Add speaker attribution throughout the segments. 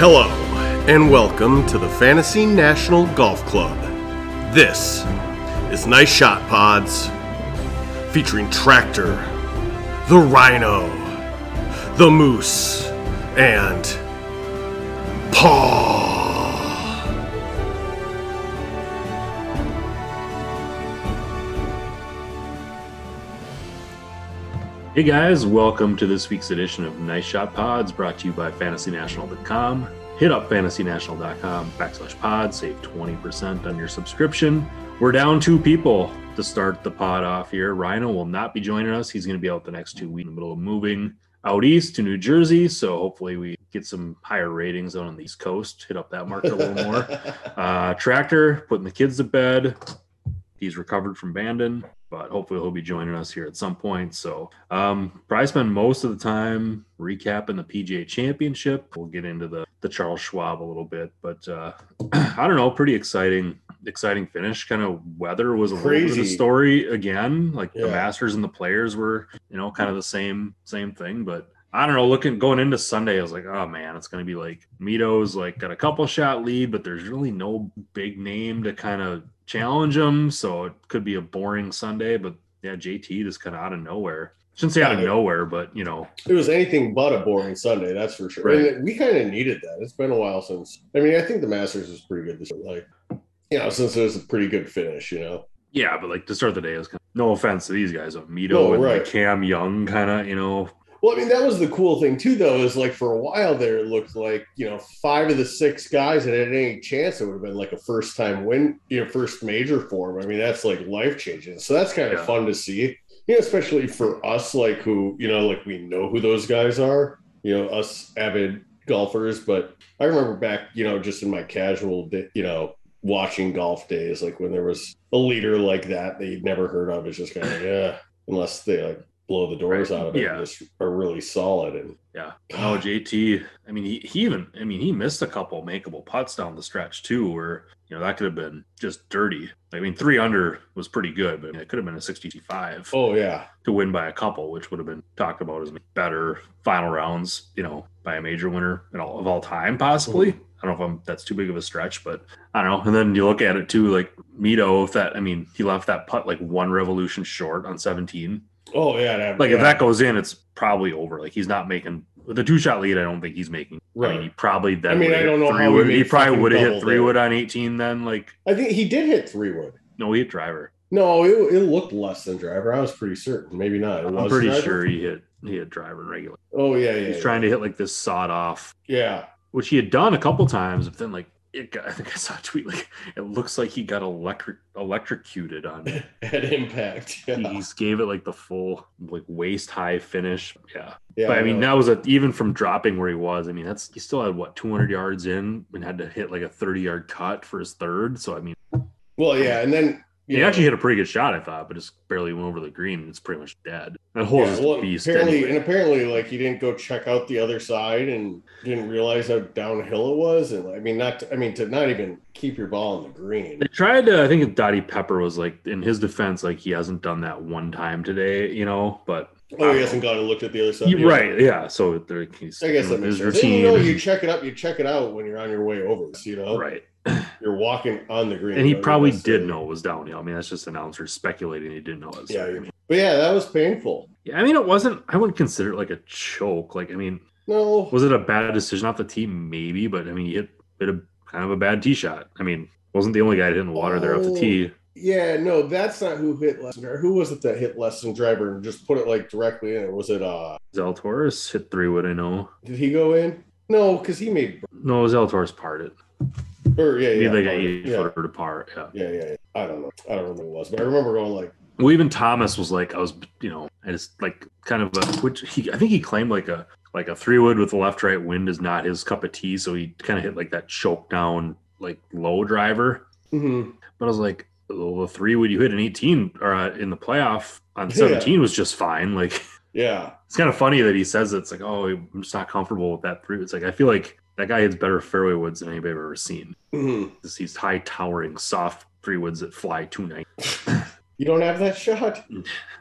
Speaker 1: Hello, and welcome to the Fantasy National Golf Club. This is Nice Shot Pods, featuring Tractor, the Rhino, the Moose, and Paw.
Speaker 2: Hey guys, welcome to this week's edition of Nice Shot Pods brought to you by fantasynational.com. Hit up fantasynational.com backslash pod, save 20% on your subscription. We're down two people to start the pod off here. Rhino will not be joining us. He's going to be out the next two weeks in the middle of moving out east to New Jersey. So hopefully we get some higher ratings out on the East Coast, hit up that market a little more. Uh, tractor, putting the kids to bed. He's recovered from Bandon, but hopefully he'll be joining us here at some point. So, um, probably spend most of the time recapping the PGA Championship. We'll get into the the Charles Schwab a little bit, but uh, I don't know. Pretty exciting, exciting finish. Kind of weather was a little bit of a
Speaker 3: Crazy.
Speaker 2: story again. Like the
Speaker 3: Yeah.
Speaker 2: Masters and the Players were, you know, kind of the same same thing, but. I don't know. Looking going into Sunday, I was like, "Oh man, it's going to be like Mito's like got a couple shot lead, but there's really no big name to kind of challenge him, so it could be a boring Sunday." But yeah, JT just kind of out of nowhere. Shouldn't say out of
Speaker 3: Yeah.
Speaker 2: nowhere, but you know,
Speaker 3: it was anything but a boring Sunday, that's for sure.
Speaker 2: Right.
Speaker 3: And we kind of needed that. It's been a while since. I mean, I think the Masters was pretty good this year. Like, you know, since it was a pretty good finish, you know.
Speaker 2: yeah. But like to start the day is kind of, no offense to these guys, but Mito
Speaker 3: No,
Speaker 2: and like,
Speaker 3: right.
Speaker 2: Cam Young, kind of you know,
Speaker 3: Well, I mean, that was the cool thing too, though, is like for a while there, it looked like you know five of the six guys that had any chance, it would have been like a first time win, you know, first major for 'em. I mean, that's like life changing. So that's kind of
Speaker 2: Yeah.
Speaker 3: fun to see, you know, especially for us, like who you know, like we know who those guys are, you know, us avid golfers. But I remember back, you know, just in my casual, di- you know, watching golf days, like when there was a leader like that that you'd never heard of, it's just kind of yeah, unless they like blow the doors
Speaker 2: Right.
Speaker 3: out of it.
Speaker 2: Yeah.
Speaker 3: and just are really solid and
Speaker 2: yeah. No, JT. I mean, he, he even I mean he missed a couple makeable putts down the stretch too, where you know that could have been just dirty. I mean, three under was pretty good, but it could have been a sixty-five.
Speaker 3: oh yeah
Speaker 2: to win by a couple, which would have been talked about as better final rounds, you know, by a major winner in all, of all time, possibly. I don't know if I'm, that's too big of a stretch, but I don't know. And then you look at it too, like Mito, if that, I mean, he left that putt like one revolution short on 17.
Speaker 3: oh yeah that-
Speaker 2: Like if
Speaker 3: yeah.
Speaker 2: that goes in, it's probably over. Like he's not making with a two shot lead. I don't think he's making. I mean, he
Speaker 3: right
Speaker 2: probably then.
Speaker 3: I mean,
Speaker 2: would
Speaker 3: I
Speaker 2: hit
Speaker 3: don't know
Speaker 2: Three
Speaker 3: how we
Speaker 2: wood. He
Speaker 3: made
Speaker 2: probably
Speaker 3: fucking
Speaker 2: would have hit
Speaker 3: double
Speaker 2: three
Speaker 3: there.
Speaker 2: wood on 18. Then like
Speaker 3: I think he did hit three wood
Speaker 2: no, he hit driver.
Speaker 3: no it, it looked less than driver I was pretty certain maybe not It
Speaker 2: I'm
Speaker 3: was
Speaker 2: pretty
Speaker 3: driver?
Speaker 2: sure he hit he hit driver regular.
Speaker 3: oh yeah yeah
Speaker 2: He's
Speaker 3: yeah.
Speaker 2: trying to hit like this sawed off
Speaker 3: yeah
Speaker 2: which he had done a couple times, but then like it got, I think I saw a tweet like it looks like he got electric electrocuted on. it.
Speaker 3: at impact yeah,
Speaker 2: He just gave it like the full like waist high finish. Yeah,
Speaker 3: yeah
Speaker 2: but I mean
Speaker 3: know.
Speaker 2: that was a, even from dropping where he was. I mean that's he still had what
Speaker 3: Mm-hmm.
Speaker 2: 200 yards in and had to hit like a 30 yard cut for his third. So I mean
Speaker 3: well yeah and then
Speaker 2: he
Speaker 3: yeah.
Speaker 2: actually hit a pretty good shot I thought, but just barely went over the green. and It's pretty much dead. That hole is
Speaker 3: Yeah,
Speaker 2: just
Speaker 3: well,
Speaker 2: a beast.
Speaker 3: apparently,
Speaker 2: anyway.
Speaker 3: and apparently, like he didn't go check out the other side and didn't realize how downhill it was. And I mean, not to, I mean to not even keep your ball on the green.
Speaker 2: They tried to. I think Dottie Pepper was like, in his defense, like he hasn't done that one time today, you know. But
Speaker 3: Oh, he hasn't gone and looked at the other side.
Speaker 2: You- right, yeah. So there, he's
Speaker 3: I guess that
Speaker 2: sticking with
Speaker 3: makes
Speaker 2: his
Speaker 3: sense. And, You know, you
Speaker 2: routine.
Speaker 3: check it up, you check it out when you're on your way over. You know,
Speaker 2: Right,
Speaker 3: you're walking on the green.
Speaker 2: and he
Speaker 3: you know,
Speaker 2: probably
Speaker 3: that's-
Speaker 2: did know it was downhill. I mean, that's just announcers speculating he didn't know it. was
Speaker 3: Yeah,
Speaker 2: downhill.
Speaker 3: But yeah, that was painful.
Speaker 2: yeah. I mean, it wasn't. I wouldn't consider it like a choke. Like, I mean,
Speaker 3: No,
Speaker 2: was it a bad decision off the team? Maybe, but I mean, he hit, hit a kind of a bad tee shot. I mean, wasn't the only guy that hit in the water there off the
Speaker 3: Oh.
Speaker 2: tee.
Speaker 3: yeah, no, that's not who hit Lesson. Who was it that hit Lesson Driver and just put it like directly in? Was it uh?
Speaker 2: Zalatoris hit three wood. I know.
Speaker 3: Did he go in? No, because he made
Speaker 2: No, Zalatoris parred it.
Speaker 3: or yeah,
Speaker 2: He
Speaker 3: yeah,
Speaker 2: had like
Speaker 3: yeah,
Speaker 2: an eight footer to par. Yeah.
Speaker 3: yeah, yeah, yeah. I don't know. I don't remember what it was, but I remember going like,
Speaker 2: Well, even Thomas was like, I was, you know, I just like kind of a, which he, I think he claimed like a, like a three wood with the left right wind is not his cup of tea. So he kind of hit like that choke down, like low driver.
Speaker 3: mhm.
Speaker 2: But I was like, well, the three wood you hit in 18 or uh, in the playoff on
Speaker 3: Yeah.
Speaker 2: 17 was just fine. Like
Speaker 3: yeah,
Speaker 2: it's kind of funny that he says it's like, oh, I'm just not comfortable with that three. It's like, I feel like that guy hits better fairway woods than anybody I've ever seen.
Speaker 3: mhm.
Speaker 2: Just These high towering soft three woods that fly 290.
Speaker 3: you don't have that shot.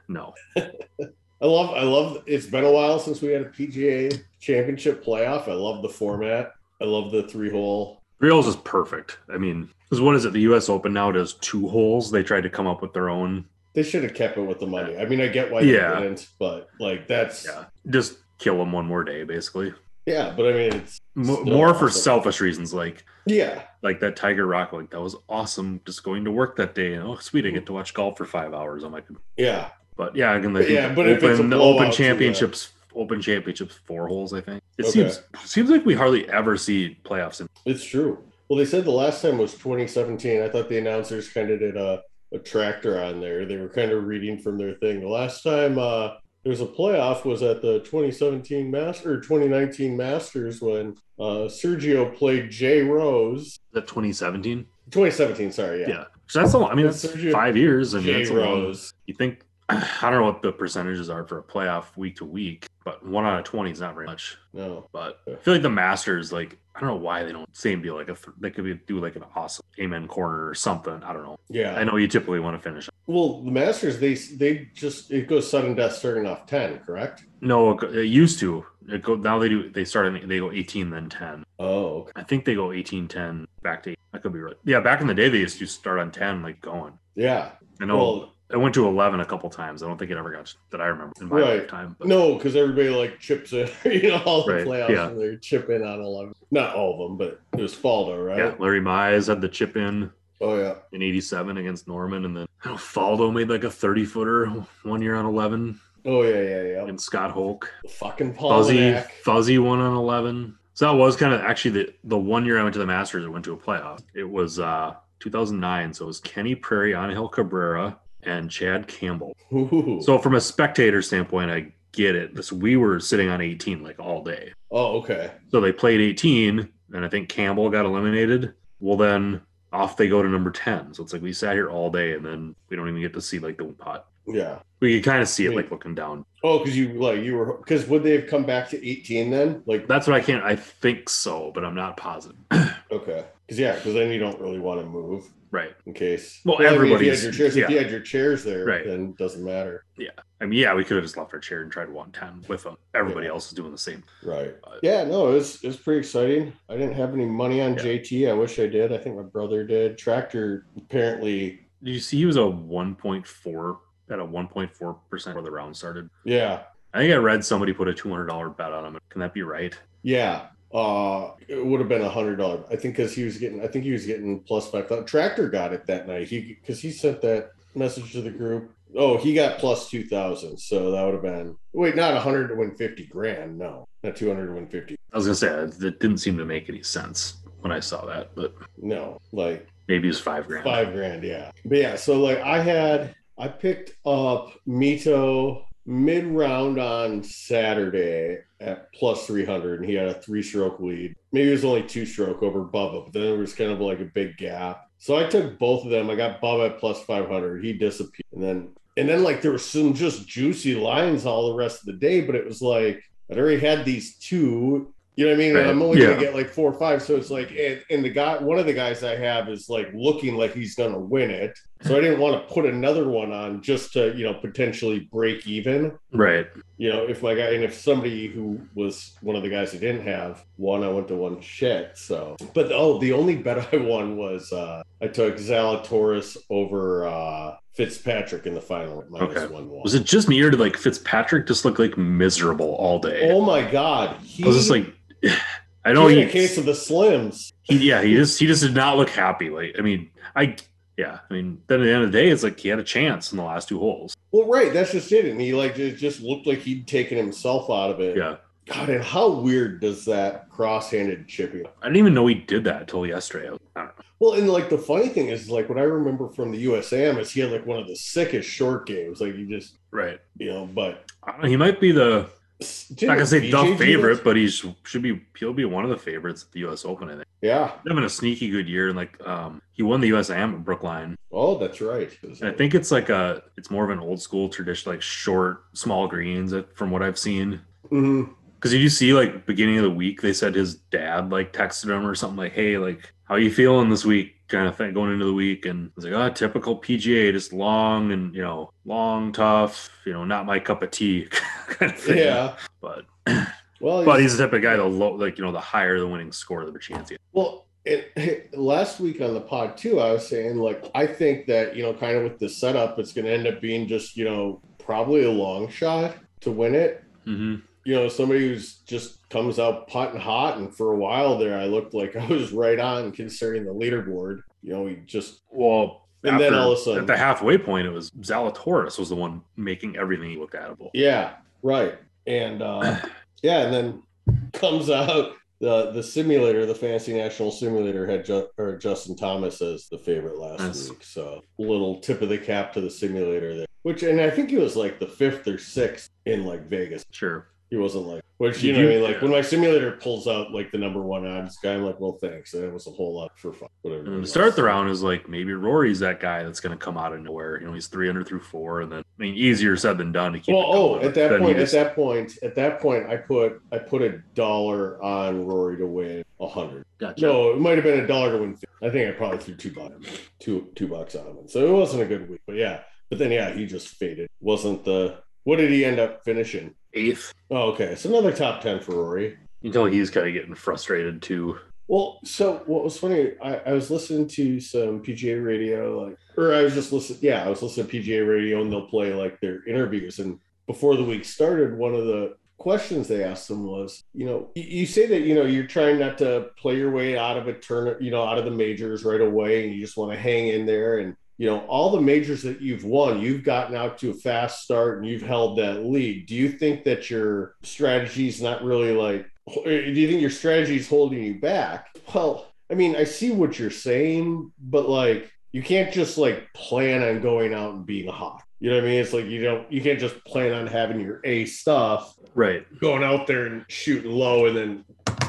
Speaker 2: No.
Speaker 3: I love, I love. It's been a while since we had a PGA Championship playoff. I love the format. I love the three hole.
Speaker 2: Three holes is perfect. I mean, because what is it? The U.S. Open now does two holes. They tried to come up with their own.
Speaker 3: They should have kept it with the money. I mean, I get why
Speaker 2: Yeah.
Speaker 3: they didn't, but like that's yeah.
Speaker 2: Yeah, just kill them one more day, basically.
Speaker 3: but I mean, it's
Speaker 2: M-
Speaker 3: Still
Speaker 2: more for
Speaker 3: awesome.
Speaker 2: selfish reasons, like
Speaker 3: yeah,
Speaker 2: like that Tiger Rock, like that was awesome. Just going to work that day, and oh sweet, I get to watch golf for five hours on my. com-
Speaker 3: yeah,
Speaker 2: But yeah, again, like
Speaker 3: Yeah, but if
Speaker 2: open,
Speaker 3: it's a
Speaker 2: the
Speaker 3: blowout,
Speaker 2: Open
Speaker 3: too, yeah.
Speaker 2: Championships, Open Championships, four holes, I think. It
Speaker 3: Okay.
Speaker 2: seems seems like we hardly ever see playoffs in.
Speaker 3: it's true. Well, they said the last time was 2017. I thought the announcers kind of did a, a tractor on there. They were kind of reading from their thing. The last time uh, there was a playoff was at the 2017 Master or 2019 Masters when uh, Sergio played Jay Rose.
Speaker 2: Is that 2017?
Speaker 3: 2017, sorry,
Speaker 2: Yeah.
Speaker 3: yeah.
Speaker 2: So that's a lot. I mean,
Speaker 3: Well,
Speaker 2: that's
Speaker 3: Sergio-
Speaker 2: five years. I mean,
Speaker 3: Jay
Speaker 2: that's a long,
Speaker 3: Rose.
Speaker 2: you think, I don't know what the percentages are for a playoff week to week, but one out of 20 is not very much.
Speaker 3: No.
Speaker 2: But I
Speaker 3: Yeah.
Speaker 2: feel like the Masters, like, I don't know why they don't same deal. Like, a th- they could be, do like an awesome amen corner or something. I don't know.
Speaker 3: Yeah.
Speaker 2: I know you typically want to finish.
Speaker 3: Well, the Masters, they they just it goes sudden death starting off ten, correct?
Speaker 2: No, it go- it used to. It go, now they do, they start, in, they go 18, then 10.
Speaker 3: Oh, okay.
Speaker 2: I think they go 18, 10, back to eight. I could be right. Yeah, back in the day, they used to start on 10, like going.
Speaker 3: yeah.
Speaker 2: I know.
Speaker 3: Well,
Speaker 2: I went to 11 a couple times. I don't think it ever got that I remember in my
Speaker 3: Right.
Speaker 2: lifetime. But
Speaker 3: no, because everybody like chips in, you know, all the
Speaker 2: Right,
Speaker 3: playoffs
Speaker 2: yeah.
Speaker 3: and they chip in on eleven. Not all of them, but it was Faldo, right?
Speaker 2: yeah, Larry Mize had the chip in
Speaker 3: Oh yeah,
Speaker 2: in 87 against Norman. And then I don't know, Faldo made like a 30 footer one year on 11
Speaker 3: oh yeah, yeah, yeah.
Speaker 2: and Scott Hulk.
Speaker 3: Fucking
Speaker 2: Fuzzy,
Speaker 3: Polinac.
Speaker 2: Fuzzy won on 11. So that was kind of actually the, the one year I went to the Masters, I went to a playoff. It was uh, 2009. So it was Kenny Prairie, Angel Cabrera, and Chad Campbell.
Speaker 3: Ooh.
Speaker 2: So from a spectator standpoint, I get it. This, we were sitting on 18 like all day.
Speaker 3: oh okay,
Speaker 2: So they played 18, and I think Campbell got eliminated. Well, then off they go to number 10. So it's like we sat here all day, and then we don't even get to see like the pot.
Speaker 3: yeah.
Speaker 2: We could kind of see it
Speaker 3: Wait.
Speaker 2: like looking down.
Speaker 3: Oh, because you like you were because would they have come back to eighteen then? Like
Speaker 2: That's what I can't. I think so, but I'm not positive.
Speaker 3: okay, because yeah, because then you don't really want to move
Speaker 2: right.
Speaker 3: in case.
Speaker 2: Well,
Speaker 3: I mean, if you had
Speaker 2: everybody's-
Speaker 3: your chairs,
Speaker 2: yeah.
Speaker 3: if you had your chairs there,
Speaker 2: Right.
Speaker 3: then it doesn't matter.
Speaker 2: I mean, yeah, we could have just left our chair and tried 110 with them. Everybody
Speaker 3: Yeah.
Speaker 2: else is doing the same.
Speaker 3: Right.
Speaker 2: But-
Speaker 3: Yeah, no, it's it's pretty exciting. I didn't have any money on
Speaker 2: Yeah.
Speaker 3: JT. I wish I did. I think my brother did. Tractor apparently.
Speaker 2: Did you see he was a 1.4 at a 1.4 percent where the round started?
Speaker 3: Yeah.
Speaker 2: I think I read somebody put a $200 bet on him. Can that be right?
Speaker 3: Yeah. Uh it would have been a hundred dollar. I think because he was getting I think he was getting plus five thousand. Tractor got it that night. He because he sent that message to the group. Oh, he got plus two thousand. So that would have been wait, not a hundred to win fifty grand. No. Not two hundred to win fifty.
Speaker 2: I was gonna say that that didn't seem to make any sense when I saw that, but
Speaker 3: No. Like
Speaker 2: maybe it was five grand.
Speaker 3: Five grand, yeah. But yeah, so like I had I picked up Mito mid round on Saturday at plus three hundred, and he had a three stroke lead. Maybe it was only two stroke over Bubba, but then there was kind of like a big gap. So I took both of them. I got Bubba at plus five hundred. He disappeared, and then and then like there were some just juicy lines all the rest of the day, but it was like I'd already had these two. You know what I mean? And I'm
Speaker 2: Right.
Speaker 3: only
Speaker 2: Yeah.
Speaker 3: gonna get like four or five. So it's like and, and the guy one of the guys I have is like looking like he's gonna win it. So I didn't want to put another one on just to, you know, potentially break even
Speaker 2: Right.
Speaker 3: you know, if my guy and if somebody who was one of the guys who didn't have one, I went to one shit. So, but oh, the only bet I won was uh, I took Zalatoris over uh, Fitzpatrick in the final at minus
Speaker 2: Okay.
Speaker 3: one one.
Speaker 2: Was it just me or did like Fitzpatrick just look like miserable all day?
Speaker 3: Oh my god, he
Speaker 2: I was just like, I
Speaker 3: he
Speaker 2: know
Speaker 3: had
Speaker 2: he,
Speaker 3: a case of the slims.
Speaker 2: he, yeah, he just he just did not look happy. Like, I mean, I, yeah, I mean, then at the end of the day, it's like he had a chance in the last two holes.
Speaker 3: Well, right, that's just it, and he like just, just looked like he'd taken himself out of it.
Speaker 2: Yeah,
Speaker 3: God, and how weird does that cross-handed chipping?
Speaker 2: I didn't even know he did that until yesterday. I, was- I don't know.
Speaker 3: Well, and like the funny thing is, like what I remember from the USAM is he had like one of the sickest short games. Like you just
Speaker 2: Right.
Speaker 3: you know, but
Speaker 2: I don't know, he might be the not gonna say the
Speaker 3: BJJ
Speaker 2: favorite,
Speaker 3: does-
Speaker 2: but he should be he'll be one of the favorites at the U.S. Open. I think.
Speaker 3: yeah.
Speaker 2: having a sneaky good year and like um he won the USAM at Brookline.
Speaker 3: Oh, that's right.
Speaker 2: And I think it's like a it's more of an old school tradition like short small greens uh, from what I've seen.
Speaker 3: Mhm.
Speaker 2: Cuz you do see like beginning of the week they said his dad like texted him or something like hey like how you feeling this week kind of thing going into the week and it's like oh typical PGA just long and you know long tough, you know not my cup of tea kind of thing.
Speaker 3: yeah.
Speaker 2: But
Speaker 3: Well,
Speaker 2: But he's the type of guy, the low, like, you know, the higher the winning score, the better chance he has.
Speaker 3: Well, it, last week on the pod too, I was saying like I think that you know, kind of with the setup, it's going to end up being just you know probably a long shot to win it.
Speaker 2: Mm-hmm.
Speaker 3: You know, somebody who's just comes out putting hot, and for a while there, I looked like I was right on concerning the leaderboard. You know, he just
Speaker 2: Well,
Speaker 3: And then all of a sudden-
Speaker 2: at the halfway point, it was Zalatoris was the one making everything he looked atable.
Speaker 3: yeah, right, and uh, yeah, and then comes out. The, the simulator, the fancy national simulator, had Ju- or Justin Thomas as the favorite last
Speaker 2: Yes.
Speaker 3: week. So little tip of the cap to the simulator there. Which and I think he was like the fifth or sixth in like Vegas.
Speaker 2: Sure.
Speaker 3: He wasn't like which you
Speaker 2: Did
Speaker 3: know what
Speaker 2: you-
Speaker 3: I mean. Like when my simulator pulls out like the number one odds guy, I'm like, well, thanks. That was a whole lot for fun. Whatever.
Speaker 2: And
Speaker 3: it
Speaker 2: to Mm, start the
Speaker 3: was.
Speaker 2: round is like maybe Rory's that guy that's going to come out of nowhere. You know, he's 300 through four, and then I mean, easier said than done to keep.
Speaker 3: Well,
Speaker 2: it
Speaker 3: oh,
Speaker 2: going.
Speaker 3: at that
Speaker 2: Then he
Speaker 3: point,
Speaker 2: just-
Speaker 3: at that point, at that point, I put I put a dollar on Rory to win a hundred.
Speaker 2: Gotcha.
Speaker 3: No, it might have been a dollar to win. fifty. I think I probably threw two bucks, two two bucks on him. So it wasn't a good week, but yeah. But then yeah, he just faded. Wasn't the what did he end up finishing?
Speaker 2: eighth
Speaker 3: Oh, okay, so another top ten for Rory.
Speaker 2: until he's kind of getting frustrated too.
Speaker 3: Well, so what was funny, I, I was listening to some PGA radio, like, or I was just listening. Yeah, I was listening to PGA radio, and they'll play like their interviews. And before the week started, one of the questions they asked them was, you know, you, you say that you know you're trying not to play your way out of a turn, you know, out of the majors right away, and you just want to hang in there. And you know, all the majors that you've won, you've gotten out to a fast start, and you've held that lead. Do you think that your strategy is not really like eh, do you think your strategy is holding you back? Well, I mean, I see what you're saying, but like you can't just like plan on going out and being hot. You know what I mean? It's like you don't you can't just plan on having your A stuff,
Speaker 2: Right.
Speaker 3: going out there and shooting low and then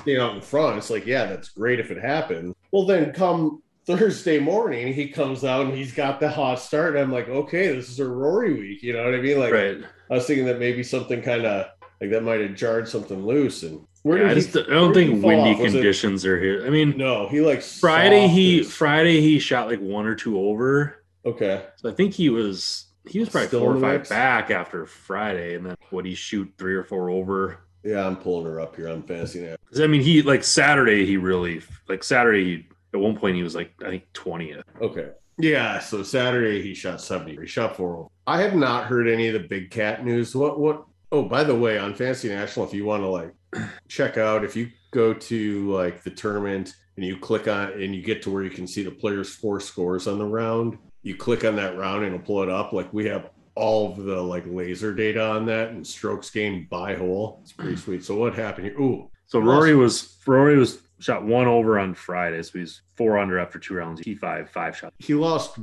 Speaker 3: being out in front. It's like, yeah, that's great if it happens. Well then come Thursday morning, he comes out and he's got the hot start. And I'm like, okay, this is a Rory week. You know what I mean? Like
Speaker 2: right.
Speaker 3: I was thinking that maybe something kind of like that might have jarred something loose. And where
Speaker 2: Yeah, I
Speaker 3: did
Speaker 2: just
Speaker 3: he?
Speaker 2: I
Speaker 3: where
Speaker 2: don't
Speaker 3: did he
Speaker 2: think
Speaker 3: fall
Speaker 2: windy
Speaker 3: off? Was it-
Speaker 2: conditions are here. I mean,
Speaker 3: No, he like
Speaker 2: Friday he
Speaker 3: soft is-
Speaker 2: Friday he shot like one or two over.
Speaker 3: okay.
Speaker 2: So I think he was he was probably
Speaker 3: Still
Speaker 2: four
Speaker 3: in
Speaker 2: or
Speaker 3: the
Speaker 2: five
Speaker 3: mix?
Speaker 2: back after Friday, and then would he shoot three or four over?
Speaker 3: Yeah, I'm pulling her up here. I'm fancy now.
Speaker 2: Because I mean, he like Saturday he really like Saturday he, at one point he was like I think twentieth.
Speaker 3: Okay. Yeah. So Saturday he shot seventy. He shot four. oh. I have not heard any of the big cat news. What? What? Oh, by the way, on Fantasy National, if you want to like check out, if you go to like the tournament and you click on and you get to where you can see the players' four scores on the round, you click on that round and it'll pull it up. Like we have all of the like laser data on that and strokes game by hole. It's pretty sweet. So what happened here? Ooh,
Speaker 2: So
Speaker 3: Awesome.
Speaker 2: Rory was Rory was shot one over on Friday, so he's four under after two rounds. He five five shot.
Speaker 3: He lost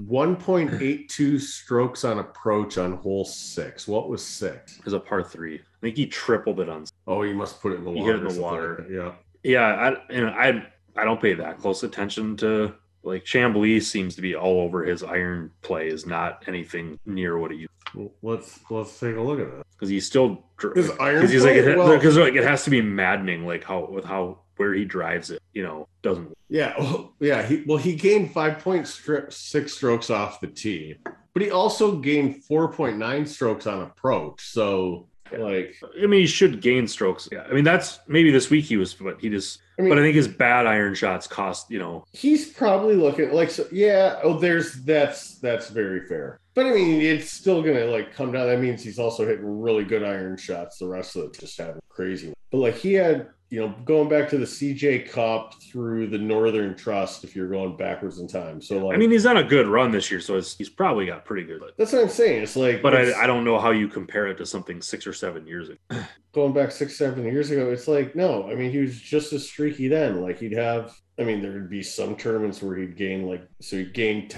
Speaker 3: 1.82 strokes on approach on hole six. What was six?
Speaker 2: It was a par three. I think he tripled it on.
Speaker 3: Oh, you must put it in the
Speaker 2: He
Speaker 3: water.
Speaker 2: hit it in
Speaker 3: or
Speaker 2: the
Speaker 3: something
Speaker 2: water.
Speaker 3: like that. yeah.
Speaker 2: Yeah, I and I I don't pay that close attention to like Chambly seems to be all over his iron play is not anything near what he used
Speaker 3: Well, let's let's take a look at that.
Speaker 2: because he's still
Speaker 3: His
Speaker 2: because
Speaker 3: iron
Speaker 2: he's like
Speaker 3: play?
Speaker 2: it,
Speaker 3: Well-
Speaker 2: because like it has to be maddening like how with how where he drives it you know doesn't
Speaker 3: Yeah, oh, yeah. He well, he gained five point stri- six strokes off the tee, but he also gained 4.9 strokes on approach. So
Speaker 2: Yeah.
Speaker 3: like,
Speaker 2: I mean he should gain strokes yeah I mean that's maybe this week he was but he just
Speaker 3: I mean,
Speaker 2: but I think his bad iron shots cost you know
Speaker 3: he's probably looking like so yeah oh there's that's that's very fair but i mean it's still gonna like come down that means he's also hitting really good iron shots the rest of it just having crazy but like he had you know going back to the cj cup through the northern trust if you're going backwards in time so like
Speaker 2: I mean he's on a good run this year so it's, he's probably got pretty good but,
Speaker 3: that's what i'm saying it's like
Speaker 2: but
Speaker 3: it's-
Speaker 2: I, I don't know how you compare it to something six or seven years ago
Speaker 3: going back six, seven years ago, it's like, no, I mean, he was just as streaky then. Like, he'd have, I mean, there would be some tournaments where he'd gain, like, so he gained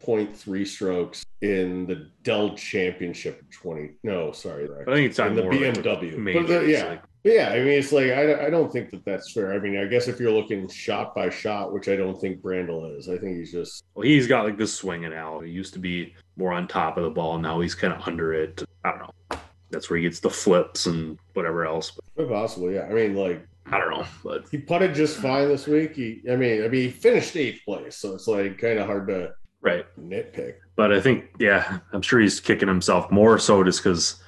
Speaker 3: 10.3 strokes in the Dell Championship 20. No, sorry.
Speaker 2: I think it's on
Speaker 3: in the
Speaker 2: more like
Speaker 3: BMW.
Speaker 2: majors,
Speaker 3: But the- yeah.
Speaker 2: like-
Speaker 3: But yeah, I mean, it's like, I, I don't think that that's fair. I mean, I guess if you're looking shot by shot, which I don't think Brandel is, I think he's just,
Speaker 2: Well, he's got like this swing and out. He used to be more on top of the ball. Now he's kind of under it. I don't know. That's where he gets the flips and whatever else. But
Speaker 3: possible. Yeah. I mean, like,
Speaker 2: I don't know. But
Speaker 3: he putted just fine this week. He, I mean, I mean, he finished eighth place. So it's like kind of hard to
Speaker 2: right.
Speaker 3: nitpick.
Speaker 2: But I think, yeah, I'm sure he's kicking himself more so just because,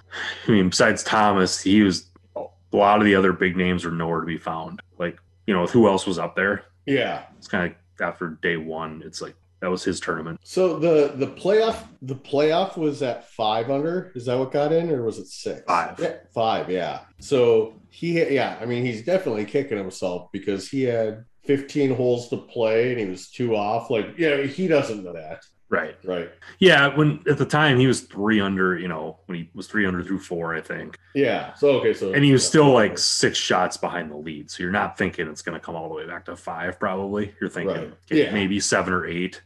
Speaker 2: I mean, besides Thomas, he was a lot of the other big names are nowhere to be found. Like, you know, who else was up there?
Speaker 3: Yeah.
Speaker 2: It's kind of like after day one, it's like that was his tournament.
Speaker 3: So the the playoff the playoff was at five under. Is that what got in, or was it six?
Speaker 2: Five.
Speaker 3: Yeah, five. Yeah. So he yeah. I mean, he's definitely kicking himself because he had 15 holes to play and he was two off. Like yeah, he doesn't know that.
Speaker 2: Right.
Speaker 3: Right.
Speaker 2: Yeah. When at the time he was three under, you know, when he was three under through four, I think.
Speaker 3: Yeah. So okay. So
Speaker 2: And he was still like six shots behind the lead. So you're not thinking it's going to come all the way back to five, probably. You're thinking
Speaker 3: Right.
Speaker 2: okay,
Speaker 3: Yeah.
Speaker 2: maybe seven or eight.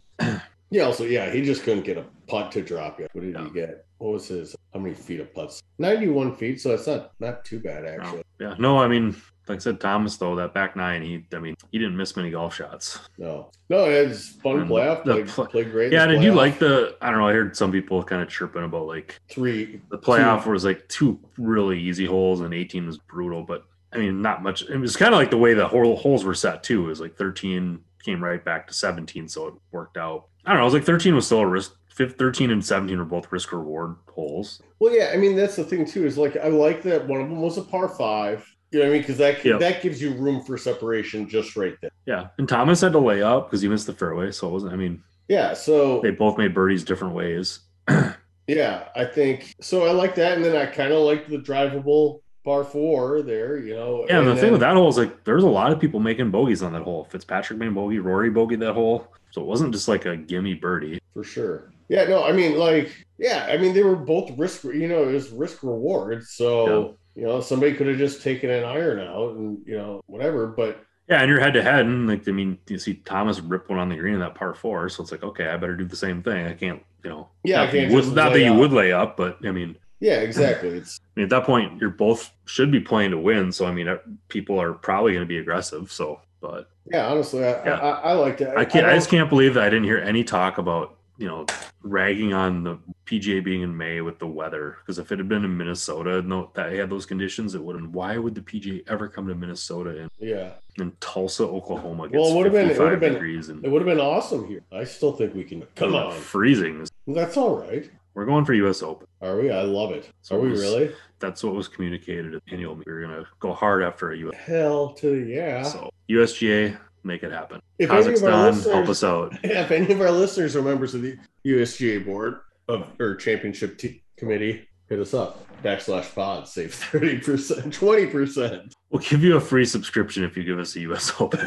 Speaker 3: Yeah, also, yeah, he just couldn't get a putt to drop yet. What did
Speaker 2: No.
Speaker 3: he get? What was his? How many feet of putts? Ninety-one feet, so that's not not too bad actually.
Speaker 2: Yeah. No, I mean, like I said, Thomas, though, that back nine, he, I mean, he didn't miss many golf shots.
Speaker 3: No, no, it's fun
Speaker 2: And
Speaker 3: playoff.
Speaker 2: the
Speaker 3: Played,
Speaker 2: pl-
Speaker 3: played great. in
Speaker 2: Yeah.
Speaker 3: the
Speaker 2: Did you
Speaker 3: playoff.
Speaker 2: like the, I don't know, I heard some people kind of chirping about like
Speaker 3: three?
Speaker 2: the playoff was like two really easy holes and 18 was brutal, but I mean, not much. It was kind of like the way the whole holes were set, too. It was like 13 came right back to 17. So it worked out. I don't know. It was like 13 was still a risk. fif- 13 and 17 were both risk reward holes.
Speaker 3: Well, yeah, I mean that's the thing too. Is like I like that one of them was a par five. You know what I mean? Because that
Speaker 2: Yeah.
Speaker 3: that gives you room for separation just right there.
Speaker 2: Yeah. And Thomas had to lay up because he missed the fairway. So it wasn't, I mean,
Speaker 3: Yeah. So
Speaker 2: they both made birdies different ways.
Speaker 3: Yeah, I think so. I like that, and then I kind of like the drivable par four there. You know,
Speaker 2: Yeah, and the
Speaker 3: then-
Speaker 2: thing with that hole is like there's a lot of people making bogeys on that hole. Fitzpatrick made bogey, Rory bogeyed that hole. So it wasn't just like a gimme birdie.
Speaker 3: for sure. Yeah, no, I mean, like, yeah, I mean, they were both risk. You know, it was risk reward. So you know, somebody could have just taken an iron out and you know whatever. But
Speaker 2: Yeah, and you're head to head, and like I mean, you see Thomas rip one on the green in that par four, so it's like okay, I better do the same thing. I can't, you know,
Speaker 3: yeah,
Speaker 2: not,
Speaker 3: I
Speaker 2: that you
Speaker 3: can't
Speaker 2: would-
Speaker 3: just
Speaker 2: not
Speaker 3: lay
Speaker 2: that you
Speaker 3: out.
Speaker 2: would lay up, but I mean,
Speaker 3: Yeah, exactly. It's
Speaker 2: I mean, at that point, you're both should be playing to win. So I mean, uh, people are probably going to be aggressive. So, but
Speaker 3: yeah, honestly, I
Speaker 2: Yeah.
Speaker 3: I, I like that.
Speaker 2: I can't, I,
Speaker 3: don't-
Speaker 2: just can't believe that I didn't hear any talk about you know ragging on the PGA being in May with the weather. Because if it had been in Minnesota, no, that they had those conditions, it wouldn't. Why would the PGA ever come to Minnesota and
Speaker 3: Yeah,
Speaker 2: in Tulsa, Oklahoma?
Speaker 3: Well, it would've been- it
Speaker 2: 55
Speaker 3: would've been-
Speaker 2: degrees and
Speaker 3: it would have been awesome here. I still think we can. Come on,
Speaker 2: freezing.
Speaker 3: that's all right.
Speaker 2: We're going for U.S. Open.
Speaker 3: Are we? I love it.
Speaker 2: So
Speaker 3: Are we
Speaker 2: this-
Speaker 3: really?
Speaker 2: That's what was communicated at the annual. meeting. We were going to go hard after a U.S.
Speaker 3: Hell to the yeah.
Speaker 2: So USGA, make it happen.
Speaker 3: if any of our
Speaker 2: Kazakhstan, help
Speaker 3: listeners,
Speaker 2: us out.
Speaker 3: if any of our listeners are members of the USGA board of or championship t- committee, hit us up. Backslash pod save thirty percent, twenty percent.
Speaker 2: We'll give you a free subscription if you give us a U.S. Open.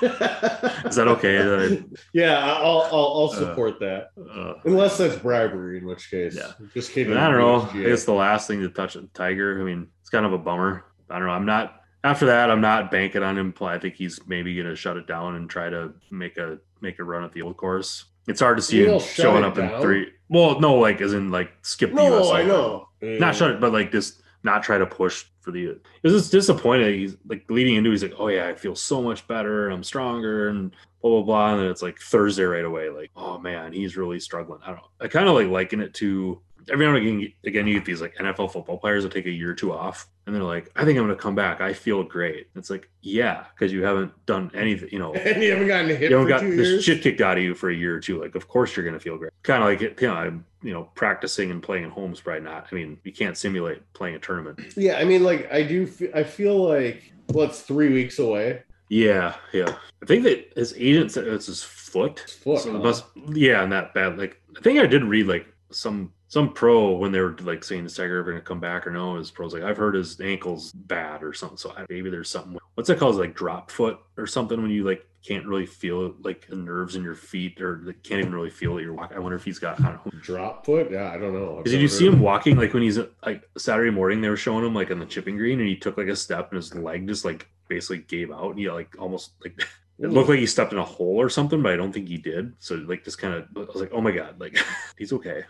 Speaker 2: Is that okay? That
Speaker 3: Yeah, I'll I'll, I'll
Speaker 2: Uh,
Speaker 3: support that
Speaker 2: I- uh,
Speaker 3: unless that's bribery, in which case,
Speaker 2: Yeah.
Speaker 3: just kidding.
Speaker 2: I don't know.
Speaker 3: USGA.
Speaker 2: I guess the last thing to touch on Tiger. I mean, it's kind of a bummer. I don't know. I'm not after that. I'm not banking on him. I think he's maybe going to shut it down and try to make a make a run at the old course. It's hard to see
Speaker 3: You
Speaker 2: him
Speaker 3: don't shut
Speaker 2: showing
Speaker 3: it
Speaker 2: up in
Speaker 3: down.
Speaker 2: three. Well, no, like as in like skip the US
Speaker 3: no, I
Speaker 2: Open.
Speaker 3: know.
Speaker 2: Not shut it, but like just not try to push for the. It was just disappointing. He's like leading into. He's like, oh yeah, I feel so much better. I'm stronger and blah blah blah. And then it's like Thursday right away. Like, oh man, he's really struggling. I don't. I kind of like liken it to every now and again. Again, you get these like NFL football players that take a year or two off, and they're like, I think I'm gonna come back. I feel great. It's like, yeah, because you haven't done anything. You know,
Speaker 3: And you haven't gotten hit
Speaker 2: you
Speaker 3: for
Speaker 2: haven't got
Speaker 3: two
Speaker 2: the
Speaker 3: years.
Speaker 2: shit kicked out of you for a year or two. Like, of course you're gonna feel great. Kind of like it, you know, I'm, you know, practicing and playing at home is probably not. I mean, you can't simulate playing a tournament.
Speaker 3: Yeah, I mean, like I do. Fe- I feel like well, it's three weeks away.
Speaker 2: Yeah, yeah. I think that his agent said it's his foot.
Speaker 3: It's foot,
Speaker 2: So
Speaker 3: huh?
Speaker 2: the bus, yeah, and that bad. Like, I think I did read like some some pro when they were like saying is Tiger ever gonna come back or no? His pro's like I've heard his ankles bad or something. So I, maybe there's something. What's that called? Like drop foot or something when you like can't really feel like the nerves in your feet or like, can't even really feel that you're walking. I wonder if he's got. I don't know.
Speaker 3: Drop foot? Yeah, I don't know. I've
Speaker 2: Because did
Speaker 3: never
Speaker 2: you
Speaker 3: heard
Speaker 2: see
Speaker 3: of
Speaker 2: him walking like when he's like Saturday morning? They were showing him like on the chipping green, and he took like a step, and his leg just like basically gave out, and he like almost like
Speaker 3: it.
Speaker 2: it looked like he stepped in a hole or something, but I don't think he did. So like just kind of I was like, oh my god, like he's okay.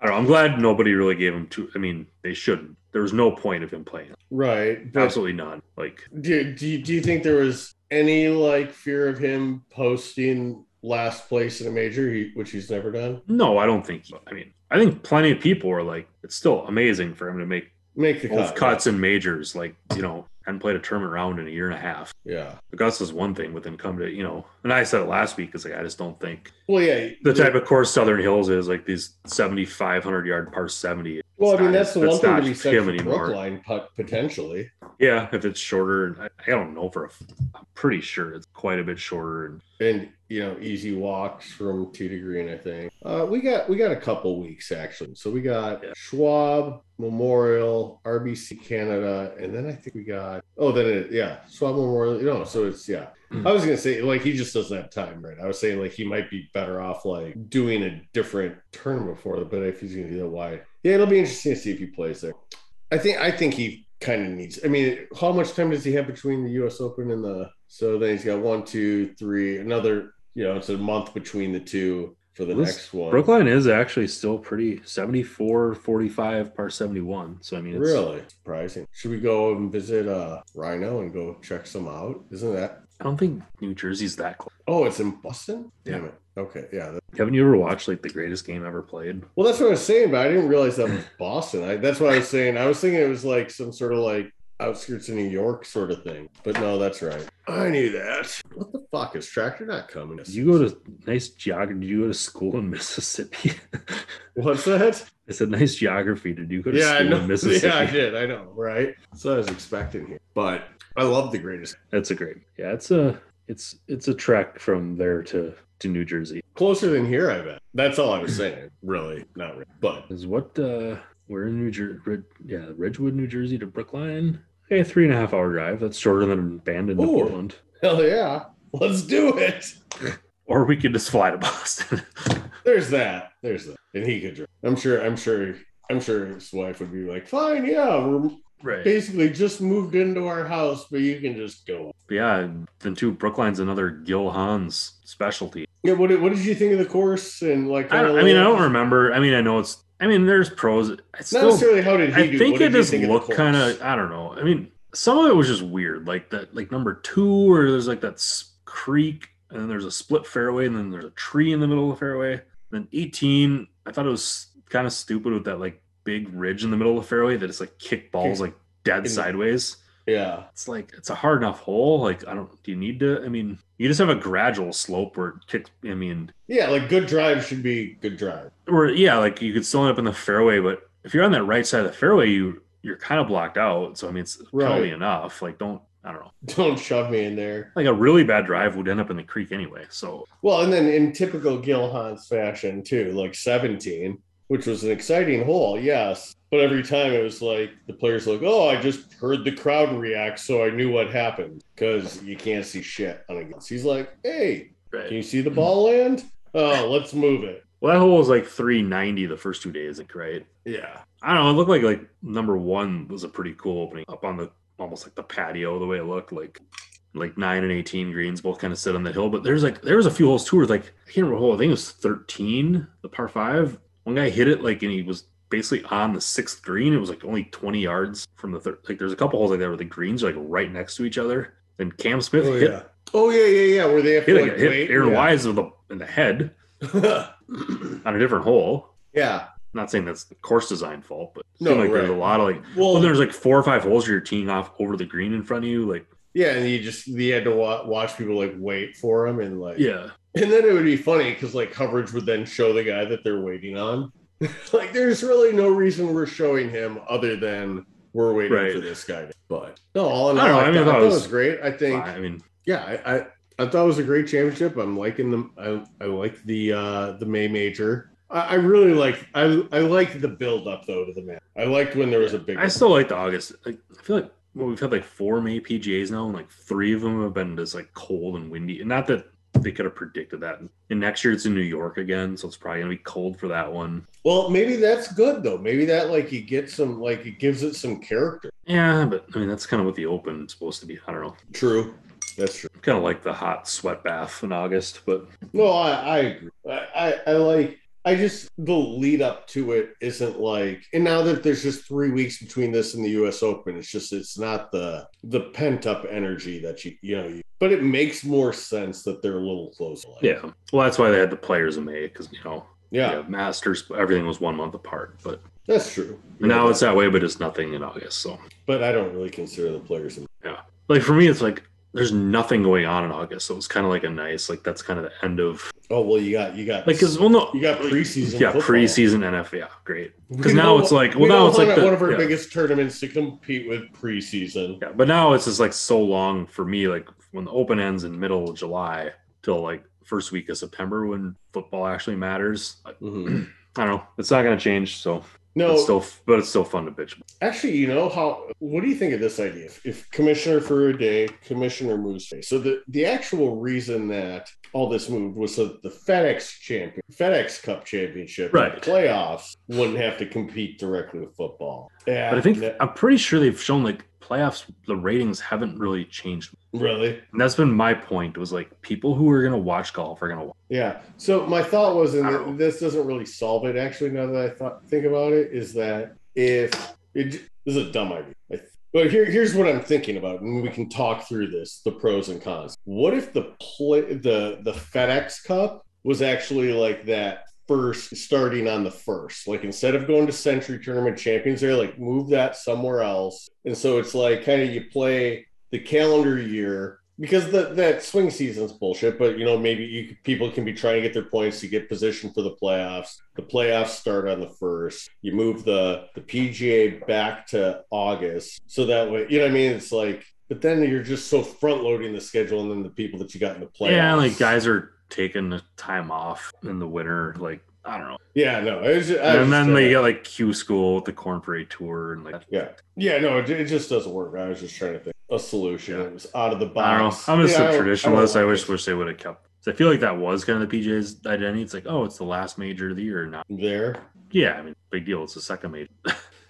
Speaker 2: I don't know. I'm glad nobody really gave him two. I mean, they shouldn't. There was no point of him playing.
Speaker 3: right. But
Speaker 2: Absolutely none. Like
Speaker 3: do, do, you, do you think there was any like fear of him posting last place in a major, he, which he's never done?
Speaker 2: no, I don't think. I mean, I think plenty of people were like, it's still amazing for him to make
Speaker 3: Make the
Speaker 2: both
Speaker 3: cut.
Speaker 2: cuts and majors. Like you know, hadn't played a tournament round in a year and a half.
Speaker 3: Yeah.
Speaker 2: Augusta's one thing, but then come to you know, and I said it last week because like I just don't think
Speaker 3: Well, yeah.
Speaker 2: the type of course Southern Hills is like these seventy five hundred yard par seventy.
Speaker 3: Well, I
Speaker 2: it's
Speaker 3: mean,
Speaker 2: not-
Speaker 3: that's the one thing
Speaker 2: not
Speaker 3: to be said
Speaker 2: him
Speaker 3: for
Speaker 2: anymore.
Speaker 3: Brookline putt potentially.
Speaker 2: Yeah, if it's shorter, and I, I don't know for a, f- I'm pretty sure it's quite a bit shorter. And
Speaker 3: and you know easy walks from two to green i think uh, we got we got a couple weeks actually so we got
Speaker 2: Yeah.
Speaker 3: schwab memorial rbc canada and then i think we got oh then it, yeah schwab memorial you know so it's yeah
Speaker 2: Mm.
Speaker 3: i was gonna say like he just doesn't have time right i was saying like he might be better off like doing a different turn before but if he's gonna do that why yeah it'll be interesting to see if he plays there i think i think he kind of needs i mean how much time does he have between the us open and the so then he's got one two three another you know it's a month between the two for the
Speaker 2: This-
Speaker 3: next one
Speaker 2: Brookline is actually still pretty 74, 45, par seventy one. So I mean, it's,
Speaker 3: Really surprising. Should we go and visit uh Rhino and go check some out? Isn't that?
Speaker 2: I don't think New Jersey's that close.
Speaker 3: Oh, it's in Boston. Damn it. Okay, yeah. that-
Speaker 2: Haven't you ever watched like the greatest game ever played?
Speaker 3: Well, that's what I was saying, but I didn't realize that was Boston. I, that's what I was saying. I was thinking it was like some sort of like outskirts of New York sort of thing. But no, that's right. I knew that. What the fuck is Tractor not coming?
Speaker 2: Did you go to nice geography? Did you go to school in Mississippi?
Speaker 3: What's that?
Speaker 2: it's a nice geography. Did you go to
Speaker 3: Yeah, I
Speaker 2: school
Speaker 3: know.
Speaker 2: in Mississippi?
Speaker 3: Yeah, I did. I know, right? That's what I was expecting here. But I love the greatest.
Speaker 2: That's a great. Yeah, it's a it's it's a trek from there to to New Jersey.
Speaker 3: Closer than here, I bet. That's all I was saying. Really, not really. But
Speaker 2: Is what uh we're in New Jersey? Yeah, Ridgewood, New Jersey to Brookline. Okay, three and a half hour drive. That's shorter than Bandon to
Speaker 3: Ooh.
Speaker 2: Portland.
Speaker 3: Hell yeah. Let's do it.
Speaker 2: Or we could just fly to Boston.
Speaker 3: There's that. There's that. And he could drive. I'm sure, I'm sure, I'm sure his wife would be like, fine, yeah, we're
Speaker 2: right.
Speaker 3: basically just moved into our house, but you can just go.
Speaker 2: Yeah, and then too, Brookline's another Gil Hans specialty.
Speaker 3: Yeah, what did, what did you think of the course? And like,
Speaker 2: I, don't,
Speaker 3: kinda
Speaker 2: I mean, I
Speaker 3: like-
Speaker 2: don't remember. I mean, I know it's. I mean, there's pros. It's
Speaker 3: Not
Speaker 2: still
Speaker 3: necessarily how did he
Speaker 2: I
Speaker 3: do
Speaker 2: think
Speaker 3: what
Speaker 2: it
Speaker 3: did you
Speaker 2: just
Speaker 3: think of the
Speaker 2: looked
Speaker 3: course?
Speaker 2: kind of. I don't know. I mean, some of it was just weird, like that, like number two, or there's like that s- creek, and then there's a split fairway, and then there's a tree in the middle of the fairway. Then 18, I thought it was kind of stupid with that like big ridge in the middle of the fairway that it's like kick balls like dead
Speaker 3: In-
Speaker 2: sideways.
Speaker 3: Yeah.
Speaker 2: It's like it's a hard enough hole. Like I don't. Do you need to? I mean, you just have a gradual slope where it kicks. I mean,
Speaker 3: Yeah, like good drive should be good drive.
Speaker 2: or yeah, like you could still end up in the fairway, but if you're on that right side of the fairway, you you're kind of blocked out. So I mean, it's probably
Speaker 3: Right.
Speaker 2: enough. Like don't I don't know.
Speaker 3: Don't shove me in there.
Speaker 2: Like a really bad drive would end up in the creek anyway. So
Speaker 3: Well, and then in typical Gil Hans fashion too, like 17, which was an exciting hole, yes. But every time it was like the players like, oh, I just heard the crowd react, so I knew what happened because you can't see shit on a Gil. He's like, hey, can you see the ball land? Oh, let's move it.
Speaker 2: Well, that hole was like 390 the first two days, like right.
Speaker 3: Yeah.
Speaker 2: I don't know. It looked like like number one was a pretty cool opening up on the almost like the patio the way it looked like. Like nine and eighteen greens both kind of sit on the hill, but there's like there was a few holes too where like I can't remember. what hole, I think it was thirteen, the par five. One guy hit it like and he was basically on the sixth green. It was like only twenty yards from the third. Like there's a couple holes like that where the greens are like right next to each other. Then Cam Smith hit,
Speaker 3: Oh yeah, yeah, yeah. Where they have
Speaker 2: hit,
Speaker 3: to
Speaker 2: like,
Speaker 3: like
Speaker 2: hit
Speaker 3: wait.
Speaker 2: Aaron Wise in the in the head
Speaker 3: yeah.
Speaker 2: on a different hole.
Speaker 3: yeah.
Speaker 2: Not saying that's the course design fault, but it
Speaker 3: No,
Speaker 2: seemed like there's a
Speaker 3: right.
Speaker 2: lot of like
Speaker 3: Well,
Speaker 2: well, there's like four or five holes where you're teeing off over the green in front of you. Like,
Speaker 3: yeah, and you just you had to wa- watch people like wait for him and like
Speaker 2: yeah,
Speaker 3: And then it would be funny because like coverage would then show the guy that they're waiting on. like there's really no reason we're showing him other than we're waiting
Speaker 2: Right.
Speaker 3: for this guy. to- But no, all in all, I,
Speaker 2: I don't know, I mean,
Speaker 3: thought,
Speaker 2: I thought
Speaker 3: I
Speaker 2: it
Speaker 3: thought it
Speaker 2: was
Speaker 3: was great. I think,
Speaker 2: I mean,
Speaker 3: yeah, I, I I thought it was a great championship. I'm liking the I, I like the uh the May major. I, I really like I I like the build up though to the man. I liked when there was a big.
Speaker 2: I still like the August. Like, I feel like well, we've had like four May PGAs now, and like three of them have been just like cold and windy. And not that they could have predicted that. And next year it's in New York again, so it's probably gonna be cold for that one.
Speaker 3: well, maybe that's good though. Maybe that like you get some like it gives it some character.
Speaker 2: Yeah, but I mean that's kind of what the Open is supposed to be. I don't know.
Speaker 3: True, that's true.
Speaker 2: Kind of like the hot sweat bath in August, but
Speaker 3: No, I, I agree. I, I, I like. I just the lead up to it isn't like. And now that there's just three weeks between this and the U.S. Open, it's just it's not the the pent up energy that you you know. You, but it makes more sense that they're a little closer. Like,
Speaker 2: yeah. Well, that's why they had the players in May because you know
Speaker 3: yeah,
Speaker 2: yeah, Masters everything was one month apart, but.
Speaker 3: That's true.
Speaker 2: And now it's that way, but it's nothing in August. So,
Speaker 3: but I don't really consider the players. in-
Speaker 2: like for me, it's like there's nothing going on in August, so it's kind of like a nice like that's kind of the end of
Speaker 3: Oh well, you got you got
Speaker 2: like because well no
Speaker 3: you got preseason.
Speaker 2: yeah
Speaker 3: football.
Speaker 2: preseason NFL yeah great because
Speaker 3: We
Speaker 2: now
Speaker 3: know-
Speaker 2: it's like
Speaker 3: we
Speaker 2: well now
Speaker 3: know
Speaker 2: it's like
Speaker 3: at
Speaker 2: the-
Speaker 3: one of our
Speaker 2: yeah.
Speaker 3: biggest tournaments to compete with preseason.
Speaker 2: Yeah, but now it's just like so long for me, like when the open ends in middle of July till like first week of September when football actually matters. Like,
Speaker 3: Mhm.
Speaker 2: I don't know. It's not gonna change, so
Speaker 3: No,
Speaker 2: it's still but it's still fun to bitch. about.
Speaker 3: Actually, you know how? What do you think of this idea? If, if commissioner for a day, commissioner moves. Day. So the the actual reason that all this moved was so that the FedEx champion, FedEx Cup championship, and
Speaker 2: Right.
Speaker 3: the playoffs wouldn't have to compete directly with football. uh, Yeah,
Speaker 2: But I think
Speaker 3: that-
Speaker 2: I'm pretty sure they've shown like playoffs the ratings haven't really changed.
Speaker 3: really.
Speaker 2: And that's been my point was like people who are gonna watch golf are gonna watch
Speaker 3: Yeah. So my thought was, and
Speaker 2: I don't know.
Speaker 3: this doesn't really solve it. Actually, now that I thought, think about it, is that if it, this is a dumb idea, I th- but here, here's what I'm thinking about, and we can talk through this, the pros and cons. What if the play, the the FedEx Cup was actually like that first, starting on the first, like instead of going to Century Tournament Champions, they're like move that somewhere else, and so it's like kind of you play the calendar year because the, that swing season's bullshit but you know maybe you people can be trying to get their points to get position for the playoffs the playoffs start on the first you move the the pga back to august so that way you know what i mean it's like but then you're just so front loading the schedule and then the people that you got in the playoffs
Speaker 2: Yeah, like guys are taking the time off in the winter, like I don't know.
Speaker 3: yeah no it was ju- I was
Speaker 2: And
Speaker 3: just uh,
Speaker 2: then they
Speaker 3: saying-
Speaker 2: got like Q school with the Corn Parade tour and like
Speaker 3: yeah yeah no it, it just doesn't work i was just trying to think a solution that was out of the
Speaker 2: I don't know.
Speaker 3: box
Speaker 2: I'm just
Speaker 3: Yeah, I
Speaker 2: a
Speaker 3: don't- I don't
Speaker 2: traditionalist. I,
Speaker 3: like
Speaker 2: wish
Speaker 3: it.
Speaker 2: wish they would have kept. 'cause I feel like that was kind of the PJ's identity. It's like, oh, it's the last major of the year. Now,
Speaker 3: there
Speaker 2: yeah, I mean, big deal. It's the second major.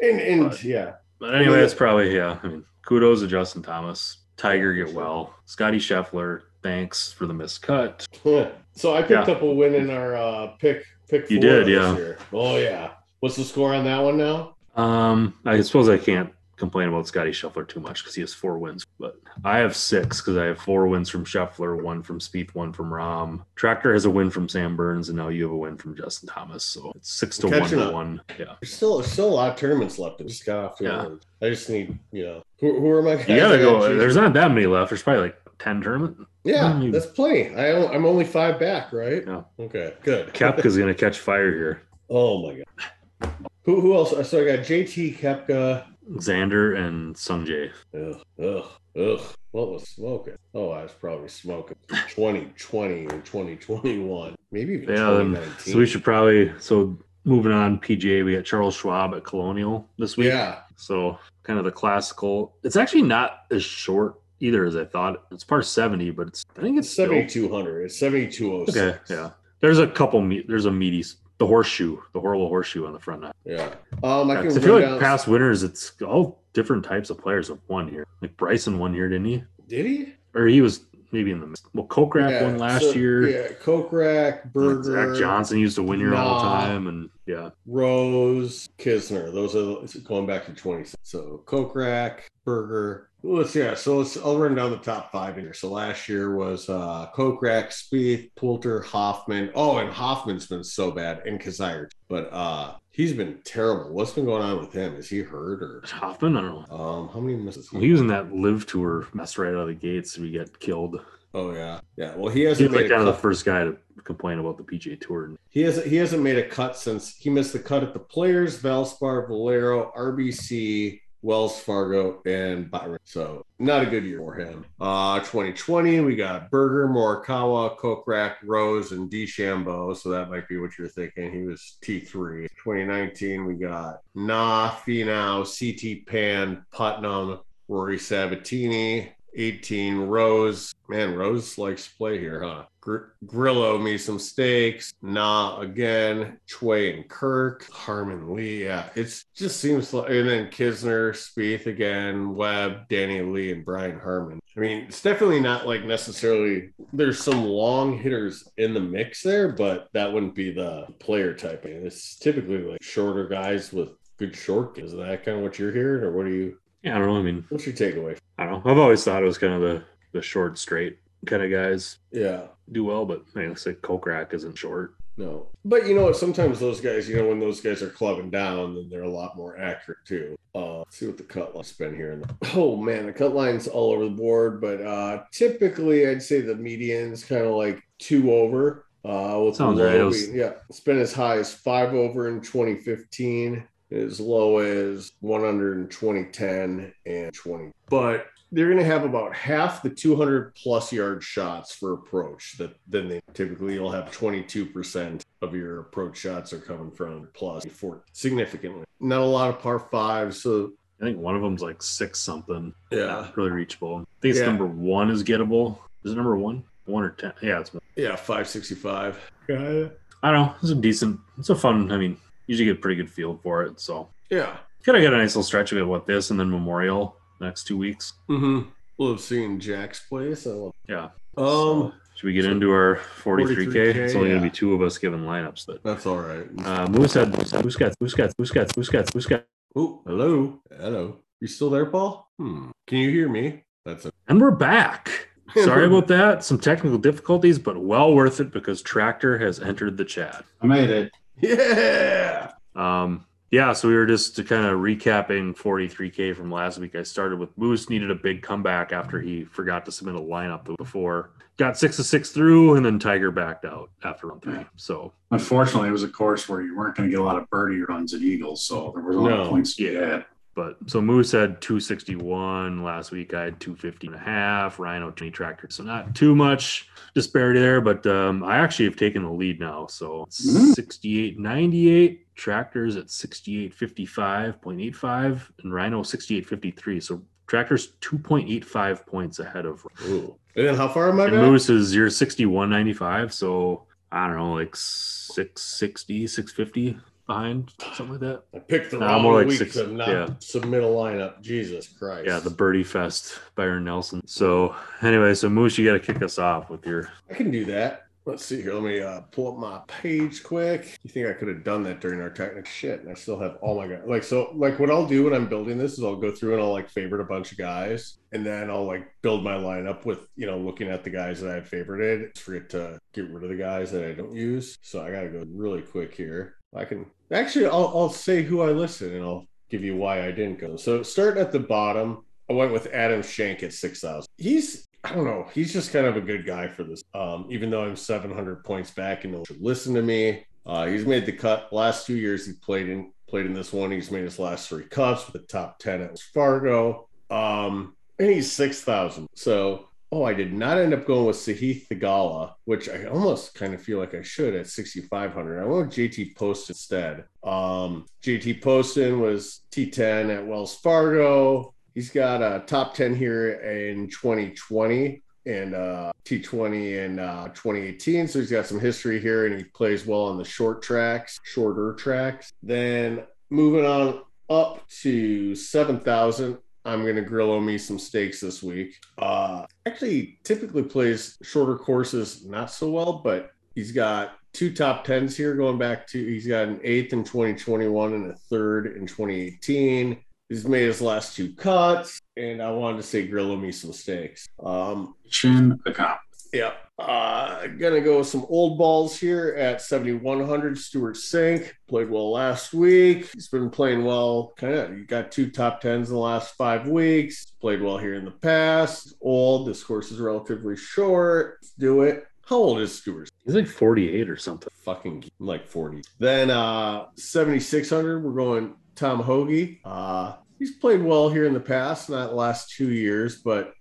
Speaker 3: and and
Speaker 2: But-
Speaker 3: yeah
Speaker 2: But anyway,
Speaker 3: mean,
Speaker 2: it's probably yeah. I mean, kudos to Justin Thomas, Tiger get well, Scotty Scheffler. Thanks for the missed cut.
Speaker 3: Huh. so I picked up a win in our uh, pick pick.
Speaker 2: You
Speaker 3: four
Speaker 2: did,
Speaker 3: this
Speaker 2: yeah.
Speaker 3: year. Oh yeah. What's the score on that one now?
Speaker 2: Um, I suppose I can't complain about Scotty Scheffler too much because he has four wins, but I have six because I have four wins from Scheffler, one from Spieth, one from Rom. Tractor has a win from Sam Burns, and now you have a win from Justin Thomas. So it's six to one
Speaker 3: Catching
Speaker 2: to
Speaker 3: up.
Speaker 2: one. Yeah.
Speaker 3: There's still there's still a lot of tournaments left. I just got off to.
Speaker 2: Yeah.
Speaker 3: Yeah. I just need you know who, who are my guys?
Speaker 2: You gotta
Speaker 3: I gotta
Speaker 2: go.
Speaker 3: choose?
Speaker 2: There's not that many left. There's probably like ten tournament.
Speaker 3: yeah,
Speaker 2: Hmm.
Speaker 3: that's plenty. I o- I'm only five back, right?
Speaker 2: Yeah.
Speaker 3: Okay, good.
Speaker 2: Kepka's gonna catch fire here.
Speaker 3: Oh my god. Who who else? So I got JT Kepka.
Speaker 2: Xander and Sunjay.
Speaker 3: Ugh, ugh, ugh. What was smoking? Oh, I was probably smoking 2020 or 2021, maybe even
Speaker 2: Yeah. um,
Speaker 3: 2019.
Speaker 2: so we should probably. So moving on, PGA. We got Charles Schwab at Colonial this week.
Speaker 3: Yeah,
Speaker 2: So kind of the classical. It's actually not as short either as I thought. It's par seventy, but it's I think
Speaker 3: It's
Speaker 2: it's still-
Speaker 3: 7200. It's 7206.
Speaker 2: Okay. Yeah. There's a couple. Me- there's a meaty. The horseshoe. The horrible horseshoe on the front nine.
Speaker 3: Yeah. Um, I
Speaker 2: Yeah,
Speaker 3: can
Speaker 2: 'cause I
Speaker 3: run
Speaker 2: feel like
Speaker 3: down.
Speaker 2: past winners, it's all different types of players have won here. Like Bryson won here, didn't he?
Speaker 3: Did he?
Speaker 2: or he was maybe in the mix. well Kokrak
Speaker 3: Yeah,
Speaker 2: won last
Speaker 3: so-
Speaker 2: year.
Speaker 3: Yeah. Kokrak, Berger,
Speaker 2: Zach Johnson used to win here all the
Speaker 3: Nah.
Speaker 2: time, and yeah,
Speaker 3: Rose, Kisner. Those are it's going back to 20. So Kokrak, Berger. Let's yeah. So let's I'll run down the top five in here. So last year was uh Kokrak, Spieth, Poulter, Hoffman. Oh, and Hoffman's been so bad, and Kazire. But uh he's been terrible. What's been going on with him? Is he hurt or
Speaker 2: Hoffman. I don't know.
Speaker 3: um how many misses?
Speaker 2: Well, he was in that live tour mess right out of the gates. We got killed.
Speaker 3: Oh yeah, yeah. Well, he
Speaker 2: He
Speaker 3: hasn't
Speaker 2: was like
Speaker 3: made a
Speaker 2: kind of the
Speaker 3: cut.
Speaker 2: first guy to complain about the PGA Tour. And
Speaker 3: He hasn't he hasn't made a cut since he missed the cut at the Players, Valspar, Valero, RBC, Wells Fargo, and Byron. So not a good year for him. Uh, 2020 we got Berger, Morikawa, Kokrak, Rose, and DeChambeau. So that might be what you're thinking. He was T3. 2019 we got Nah, Finau, CT Pan, Putnam, Rory Sabatini, 18 Rose. Man, Rose likes to play here, huh? Gr- Grillo me some steaks. Nah, again. Chway and Kirk. Harmon Lee. Yeah, it's just seems like. And then Kisner, Spieth again, Webb, Danny Lee, and Brian Harmon. I mean, it's definitely not like necessarily. There's some long hitters in the mix there, but that wouldn't be the player type. And it's typically like shorter guys with good short. games. Is that kind of what you're hearing, or what do you?
Speaker 2: yeah, I don't know. I mean,
Speaker 3: What's your takeaway?
Speaker 2: I don't know. I've always thought it was kind of the the short, straight kind of guys
Speaker 3: Yeah.
Speaker 2: do well, but man, looks like Kokrak isn't short.
Speaker 3: No. But you know what? Sometimes those guys, you know, when those guys are clubbing down, then they're a lot more accurate too. Uh, let's see what the cut line's been here. Oh man, the cut line's all over the board, but uh, typically I'd say the median's kind of like two over. Uh, with the
Speaker 2: Sounds
Speaker 3: low
Speaker 2: right. It
Speaker 3: being-
Speaker 2: was-
Speaker 3: yeah, it's been as high as five over in 2015, as low as 100 in 2010 and 20. But they're going to have about half the 200 plus yard shots for approach that then they typically you'll have 22% of your approach shots are coming from plus for significantly not a lot of par fives so
Speaker 2: I think one of them's like six something.
Speaker 3: yeah
Speaker 2: Really reachable. I think it's
Speaker 3: Yeah.
Speaker 2: number one is gettable. Is it number one? One or ten? Yeah, it's one.
Speaker 3: yeah 565
Speaker 2: I don't know. It's a decent. It's a fun. I mean, usually get a pretty good feel for it. So
Speaker 3: yeah
Speaker 2: kind of get a nice little stretch of it with this, and then Memorial next two weeks.
Speaker 3: mm-hmm love seeing jack's place i love
Speaker 2: Yeah.
Speaker 3: um
Speaker 2: So, should we get into our 43K?
Speaker 3: 43K,
Speaker 2: It's only
Speaker 3: yeah.
Speaker 2: gonna be two of us giving lineups. That
Speaker 3: that's all right
Speaker 2: uh, Moosehead, Moosehead, Moosehead, Moosehead, Moosehead, Moosehead.
Speaker 3: oh hello hello you still there paul hmm can you hear me that's a
Speaker 2: And we're back. Sorry about that. Some technical difficulties, but well worth it because Tractor has entered the chat.
Speaker 4: I made it.
Speaker 3: yeah
Speaker 2: Um, yeah, so we were just kind of recapping 43K from last week. I started with Moose needed a big comeback after he forgot to submit a lineup the week before. Got six to six through, and then Tiger backed out after round three. So
Speaker 4: Unfortunately, it was a course where you weren't going to get a lot of birdie runs at Eagles, so there was a lot
Speaker 3: No.
Speaker 4: of points to get at.
Speaker 2: But so Moose had 261 last week. I had 250 and a half. Rhino 20 tractor. So not too much disparity there, but um, I actually have taken the lead now. So
Speaker 4: Mm.
Speaker 2: 68.98 tractors at 68.55.85 and Rhino 68.53. So tractors 2.85 points ahead of
Speaker 3: Ooh. and then how far am i
Speaker 2: and
Speaker 3: back?
Speaker 2: Moose is your 61.95. So I don't know, like 660, 650 behind, something like that.
Speaker 3: I picked the
Speaker 2: Nah,
Speaker 3: wrong
Speaker 2: more like
Speaker 3: week
Speaker 2: six-
Speaker 3: to not
Speaker 2: yeah.
Speaker 3: submit a lineup. Jesus Christ.
Speaker 2: Yeah, the Birdie Fest, Byron Nelson. So anyway, so Moose, you got to kick us off with your.
Speaker 3: I can do that. Let's see here. Let me uh, pull up my page quick. You think I could have done that during our technical shit? And I still have all my guys. Like so, like what I'll do when I'm building this is I'll go through and I'll like favorite a bunch of guys, and then I'll like build my lineup with you know looking at the guys that I favorited. Forget to get rid of the guys that I don't use. So I gotta go really quick here. I can actually I'll I'll say who I listed and I'll give you why I didn't go. So starting at the bottom, I went with Adam Shank at six thousand. He's I don't know. He's just kind of a good guy for this. Um, even though I'm 700 points back, and he'll listen to me. Uh, he's made the cut last two years. He played in played in this one. He's made his last three cuts with the top 10 at Wells Fargo. Um, and he's 6,000. So, oh, I did not end up going with Sahith Thagala, which I almost kind of feel like I should at 6,500. I went with JT Post instead. Um, JT Poston was T10 at Wells Fargo. He's got a top 10 here in 2020 and uh, T20 in uh, 2018. So he's got some history here and he plays well on the short tracks, shorter tracks. Then moving on up to 7,000. I'm going to grill on me some steaks this week. Uh, actually, typically plays shorter courses not so well, but he's got two top tens here going back to he's got an eighth in 2021 and a third in 2018. He's made his last two cuts, and I wanted to say grill on me some steaks. Um,
Speaker 4: Chin account.
Speaker 3: Yep. Uh, gonna go with some old balls here at 7,100. Stuart Sink played well last week. He's been playing well. Kind of, you got two top tens in the last five weeks. Played well here in the past. He's Old. This course is relatively short. Let's do it. How old is Stuart?
Speaker 2: He's like 48 or something.
Speaker 3: Fucking like 40. Then uh 7,600. We're going Tom Hoagie. Uh, he's played well here in the past, not the last two years, but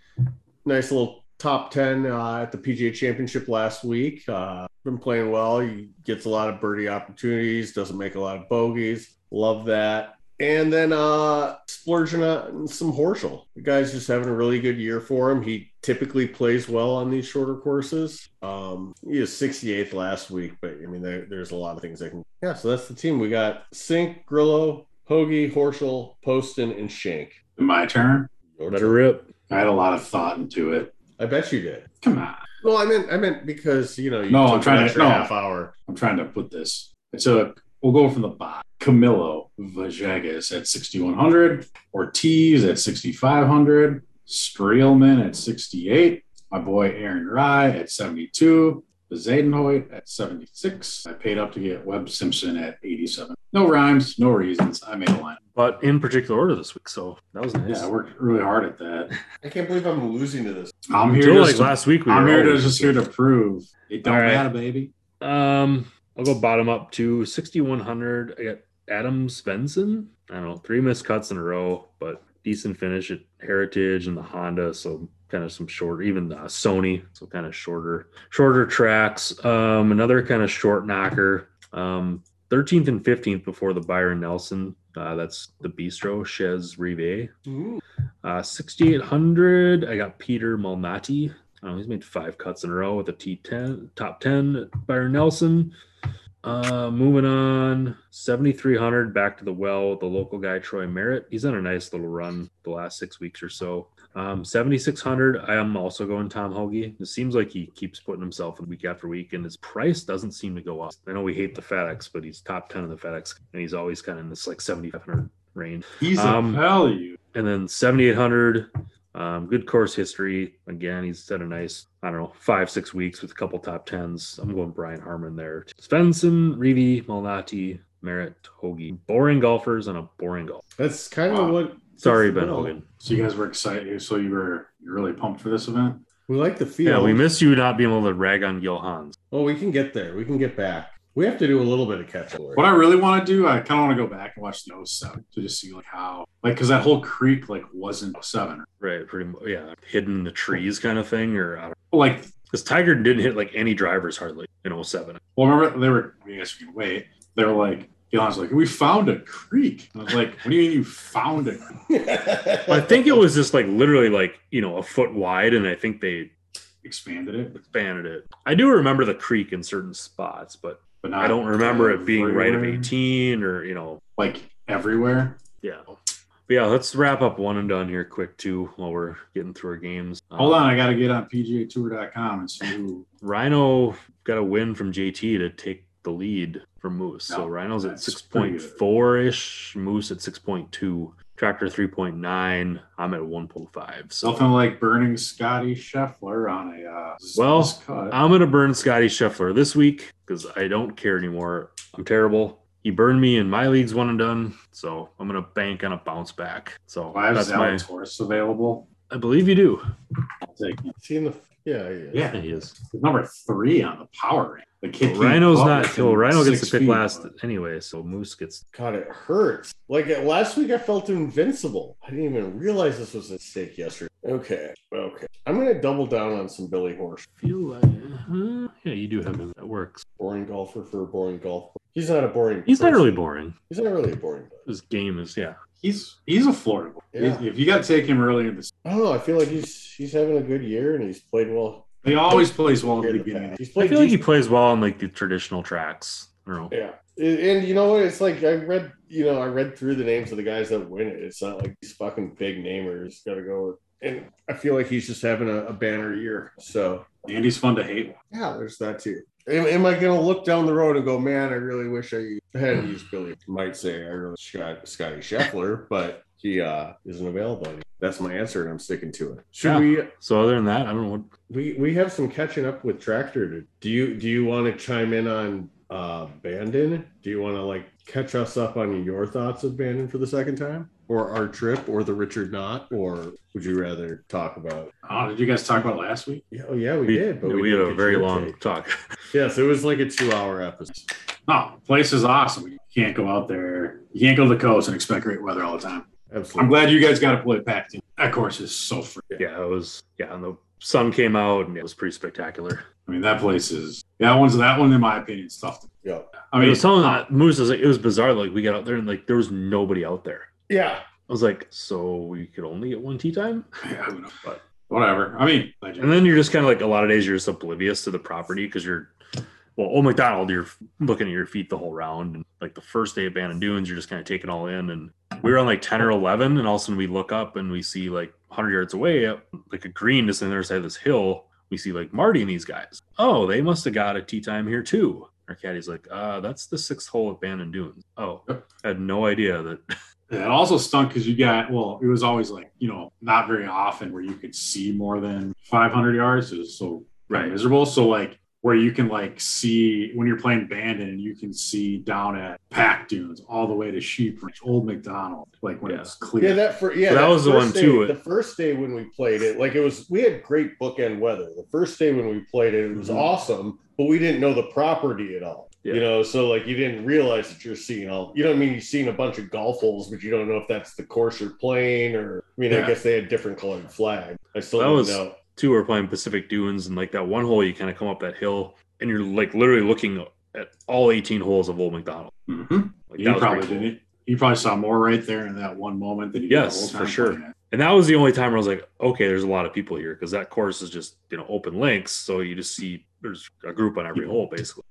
Speaker 3: nice little top 10 uh, at the PGA Championship last week. Uh, been playing well. He gets a lot of birdie opportunities, doesn't make a lot of bogeys. Love that. And then uh, splurging on some Horschel. The guy's just having a really good year for him. He typically plays well on these shorter courses. Um, he was 68th last week, but I mean, there, there's a lot of things I can. Yeah, so that's the team. We got Sink, Grillo, Hoagie, Horschel, Poston, and Shank.
Speaker 4: My turn.
Speaker 3: Your
Speaker 2: Better
Speaker 3: turn.
Speaker 2: rip.
Speaker 4: I had a lot of thought into it.
Speaker 3: I bet you did.
Speaker 4: Come on.
Speaker 3: No, I meant I meant because you know you
Speaker 4: No,
Speaker 3: took
Speaker 4: I'm trying
Speaker 3: an
Speaker 4: to-
Speaker 3: extra
Speaker 4: no.
Speaker 3: half hour.
Speaker 4: I'm trying to put this. I took, we'll go from the bottom. Camilo Vajagas at 6,100. Ortiz at 6,500. Streelman at 68. My boy Aaron Rye at 72. Zadenhoit at 76. I paid up to get Webb Simpson at 87. No rhymes, no reasons. I made a line.
Speaker 2: but in particular order this week. So that was nice.
Speaker 4: Yeah, I worked really hard at that.
Speaker 3: I can't believe I'm losing to this.
Speaker 4: I'm here
Speaker 2: Until,
Speaker 4: just
Speaker 2: like
Speaker 4: to,
Speaker 2: last week, we
Speaker 4: I'm
Speaker 2: were
Speaker 4: here to,
Speaker 2: always-
Speaker 4: just here to prove it don't
Speaker 2: All right.
Speaker 4: matter, baby.
Speaker 2: Um, I'll go bottom up to 6,100. I got Adam Svensson. I don't know, three missed cuts in a row, but decent finish at Heritage and the Honda. So kind of some short, even the Sony. So kind of shorter, shorter tracks. Um, another kind of short knocker. Um, 13th and 15th before the Byron Nelson. Uh, that's the Bistro Chez Rive. Uh, 6,800. I got Peter Malnati. Oh, he's made five cuts in a row with a T10 top 10 Byron Nelson. Uh, moving on 7,300 back to the well with the local guy Troy Merritt. He's on a nice little run the last six weeks or so. Um, 7,600. I am also going Tom Hoagie. It seems like he keeps putting himself in week after week, and his price doesn't seem to go up. I know we hate the FedEx, but he's top 10 in the FedEx, and he's always kind of in this like 7,500 range.
Speaker 4: He's
Speaker 2: Um,
Speaker 4: a value.
Speaker 2: And then 7,800, um, good course history. Again, he's had a nice, I don't know, five, six weeks with a couple top tens. I'm going Brian Harmon there. Svensson, Reeve, Malnati, Merritt, Hoagie. Boring golfers on a boring golf.
Speaker 3: That's kind of
Speaker 4: Wow.
Speaker 3: what.
Speaker 2: Sorry,
Speaker 3: that's
Speaker 2: Ben
Speaker 3: the
Speaker 2: Hogan.
Speaker 4: So you guys were excited. So you were you really pumped for this event?
Speaker 3: We like the
Speaker 2: Yeah,
Speaker 3: field.
Speaker 2: we miss you not being able to rag on Gil Hans.
Speaker 3: Oh, we can get there. We can get back. We have to do a little bit of catch up.
Speaker 4: What I really want to do, I kind of want to go back and watch the 07 to just see like how, like, because that whole creek like wasn't 07.
Speaker 2: Right, pretty much. Yeah, hidden in the trees kind of thing. Or I don't
Speaker 4: Like,
Speaker 2: Because Tiger didn't hit like any drivers hardly in 07.
Speaker 4: well, remember they were. I guess we can wait. They were like, Elon's like, we found a creek. And I was like, what do you mean you found it?
Speaker 2: I think it was just like literally like, you know, a foot wide. And I think they
Speaker 4: Expanded it,
Speaker 2: expanded it. I do remember the creek in certain spots, but
Speaker 4: but not
Speaker 2: I don't remember it being right of
Speaker 4: everywhere.
Speaker 2: 18 or, you know,
Speaker 4: Like everywhere.
Speaker 2: yeah. But yeah, let's wrap up one and done here quick, too, while we're getting through our games. Um,
Speaker 4: Hold on, I got to get on PGAtour.com and see who.
Speaker 2: Rhino got a win from JT to take the lead from Moose. so
Speaker 4: No,
Speaker 2: Rhino's at
Speaker 4: that's
Speaker 2: 6.4 ish, Moose at 6.2, Tractor 3.9. I'm at 1.5. So
Speaker 4: Something like burning Scotty Scheffler on a uh, z-
Speaker 2: Well,
Speaker 4: z- cut.
Speaker 2: I'm gonna burn Scotty Scheffler this week because I don't care anymore. I'm terrible. He burned me in my league's one and done, so I'm gonna bank on a bounce back. So
Speaker 4: Why is
Speaker 2: that's my.
Speaker 4: Zalatoris available?
Speaker 2: I believe you do.
Speaker 4: I'll take him.
Speaker 3: Seeing the yeah, yeah.
Speaker 4: Yeah,
Speaker 2: Yeah, he is.
Speaker 4: He's number three on the power rank. The kid can't
Speaker 2: Rhino's
Speaker 4: putt
Speaker 2: not.
Speaker 4: within
Speaker 2: Well, Rhino gets to
Speaker 4: six
Speaker 2: pick
Speaker 4: feet.
Speaker 2: last anyway, so Moose gets.
Speaker 3: God, it hurts. Like uh, last week, I felt invincible. I didn't even realize this was at stake yesterday. Okay, okay. I'm gonna double down on some Billy Horse.
Speaker 2: Feel like, uh, yeah, you do have him. That works.
Speaker 3: Boring golfer for a boring golfer. He's not a boring.
Speaker 2: He's not
Speaker 3: person.
Speaker 2: really boring.
Speaker 3: He's not really a boring. Guy.
Speaker 2: His game is yeah.
Speaker 4: He's he's affordable.
Speaker 3: Yeah.
Speaker 4: If you got to take him early in the,
Speaker 3: I don't know. I feel like he's he's having a good year and he's played well.
Speaker 4: he always plays well at
Speaker 3: here
Speaker 4: the
Speaker 3: in the
Speaker 4: beginning.
Speaker 3: past. He's
Speaker 2: I
Speaker 3: played.
Speaker 2: feel like he
Speaker 3: decent-
Speaker 2: plays well on like the traditional tracks. I don't know.
Speaker 3: yeah. And- And you know what? It's like I read, you know, I read through the names of the guys that win it. It's not like these fucking big namers got to go. With, and I feel like he's just having a, a banner year. So
Speaker 4: And he's fun to hate.
Speaker 3: Yeah, there's that too. Am, am I gonna look down the road and go, man, I really wish I had used Billy? Might say I really shot Scotty Scheffler, but he uh isn't available. anymore. That's my answer, and I'm sticking to it. Should
Speaker 2: Yeah. So other than that, I don't know what
Speaker 3: we we we have some catching up with Tractor? To, do you do you want to chime in on uh Bandon? Do you want to like catch us up on your thoughts of Bandon for the second time, or our trip, or the Richard Knot, or would you rather talk about?
Speaker 4: Oh, did you guys talk about last week?
Speaker 3: Yeah, oh yeah, we, did, but we,
Speaker 2: we had
Speaker 3: didn't
Speaker 2: a
Speaker 3: get
Speaker 2: very
Speaker 3: your
Speaker 2: long
Speaker 3: take.
Speaker 2: talk.
Speaker 3: Yes, it was like a two-hour episode.
Speaker 4: No, place is awesome. You can't go out there. You can't go to the coast and expect great weather all the time. I'm
Speaker 3: Absolutely.
Speaker 4: glad you guys got to play packed. in. That course is so free.
Speaker 2: yeah, it was yeah, and the sun came out and it was pretty spectacular.
Speaker 4: I mean, that place is that one's that one in my opinion is tough.
Speaker 3: Yeah.
Speaker 4: I
Speaker 2: I
Speaker 4: mean,
Speaker 2: was telling uh, Moose, I was like, it was bizarre. Like we got out there and like there was nobody out there.
Speaker 3: Yeah.
Speaker 2: I was like, so we could only get one tea time,
Speaker 4: yeah, who knows, but whatever. I mean, glad you-
Speaker 2: and then you're just kind of like a lot of days you're just oblivious to the property because you're. Well, Old McDonald, you're looking at your feet the whole round, and like the first day of Bannon Dunes, you're just kind of taking all in. And we were on like ten or eleven, and all of a sudden we look up and we see like hundred yards away, up like a green just on the other side of this hill. We see like Marty and these guys. Oh, they must have got a tea time here too. Our caddy's like, uh, that's the sixth hole at Bannon Dunes. Oh, I had no idea that
Speaker 4: it also stunk because you got well, it was always like you know not very often where you could see more than 500 yards. It was so
Speaker 2: Right.
Speaker 4: miserable. So like where you can like see when you're playing Bandon, you can see down at Pack Dunes all the way to Sheep Ranch, Old McDonald, like when
Speaker 2: Yeah.
Speaker 4: it's clear.
Speaker 3: Yeah, that for yeah,
Speaker 2: That was the
Speaker 3: first
Speaker 2: one,
Speaker 3: day-
Speaker 2: too.
Speaker 3: The first day when we played it, like it was, we had great bookend weather. The first day when we played it, it was
Speaker 4: Mhm.
Speaker 3: awesome, but we didn't know the property at all.
Speaker 2: Yeah.
Speaker 3: You know, so like you didn't realize that you're seeing all. You know, what I mean, you're seeing a bunch of golf holes, but you don't know if that's the course you're playing, or I mean,
Speaker 4: Yeah.
Speaker 3: I guess they had different colored flag. I still
Speaker 2: That
Speaker 3: don't
Speaker 2: was-
Speaker 3: know.
Speaker 2: Two were playing Pacific Dunes, and like that one hole, you kind of come up that hill, and you're like literally looking at all 18 holes of Old McDonald.
Speaker 4: Mhm.
Speaker 2: Like,
Speaker 4: You
Speaker 2: that was
Speaker 4: probably
Speaker 2: pretty cool.
Speaker 4: didn't. You probably saw more right there in that one moment than you
Speaker 2: Yes,
Speaker 4: did the
Speaker 2: for
Speaker 4: whole time
Speaker 2: sure.
Speaker 4: playing it.
Speaker 2: And that was the only time where I was like, okay, there's a lot of people here because that course is just you know open links, so you just see there's a group on every hole basically.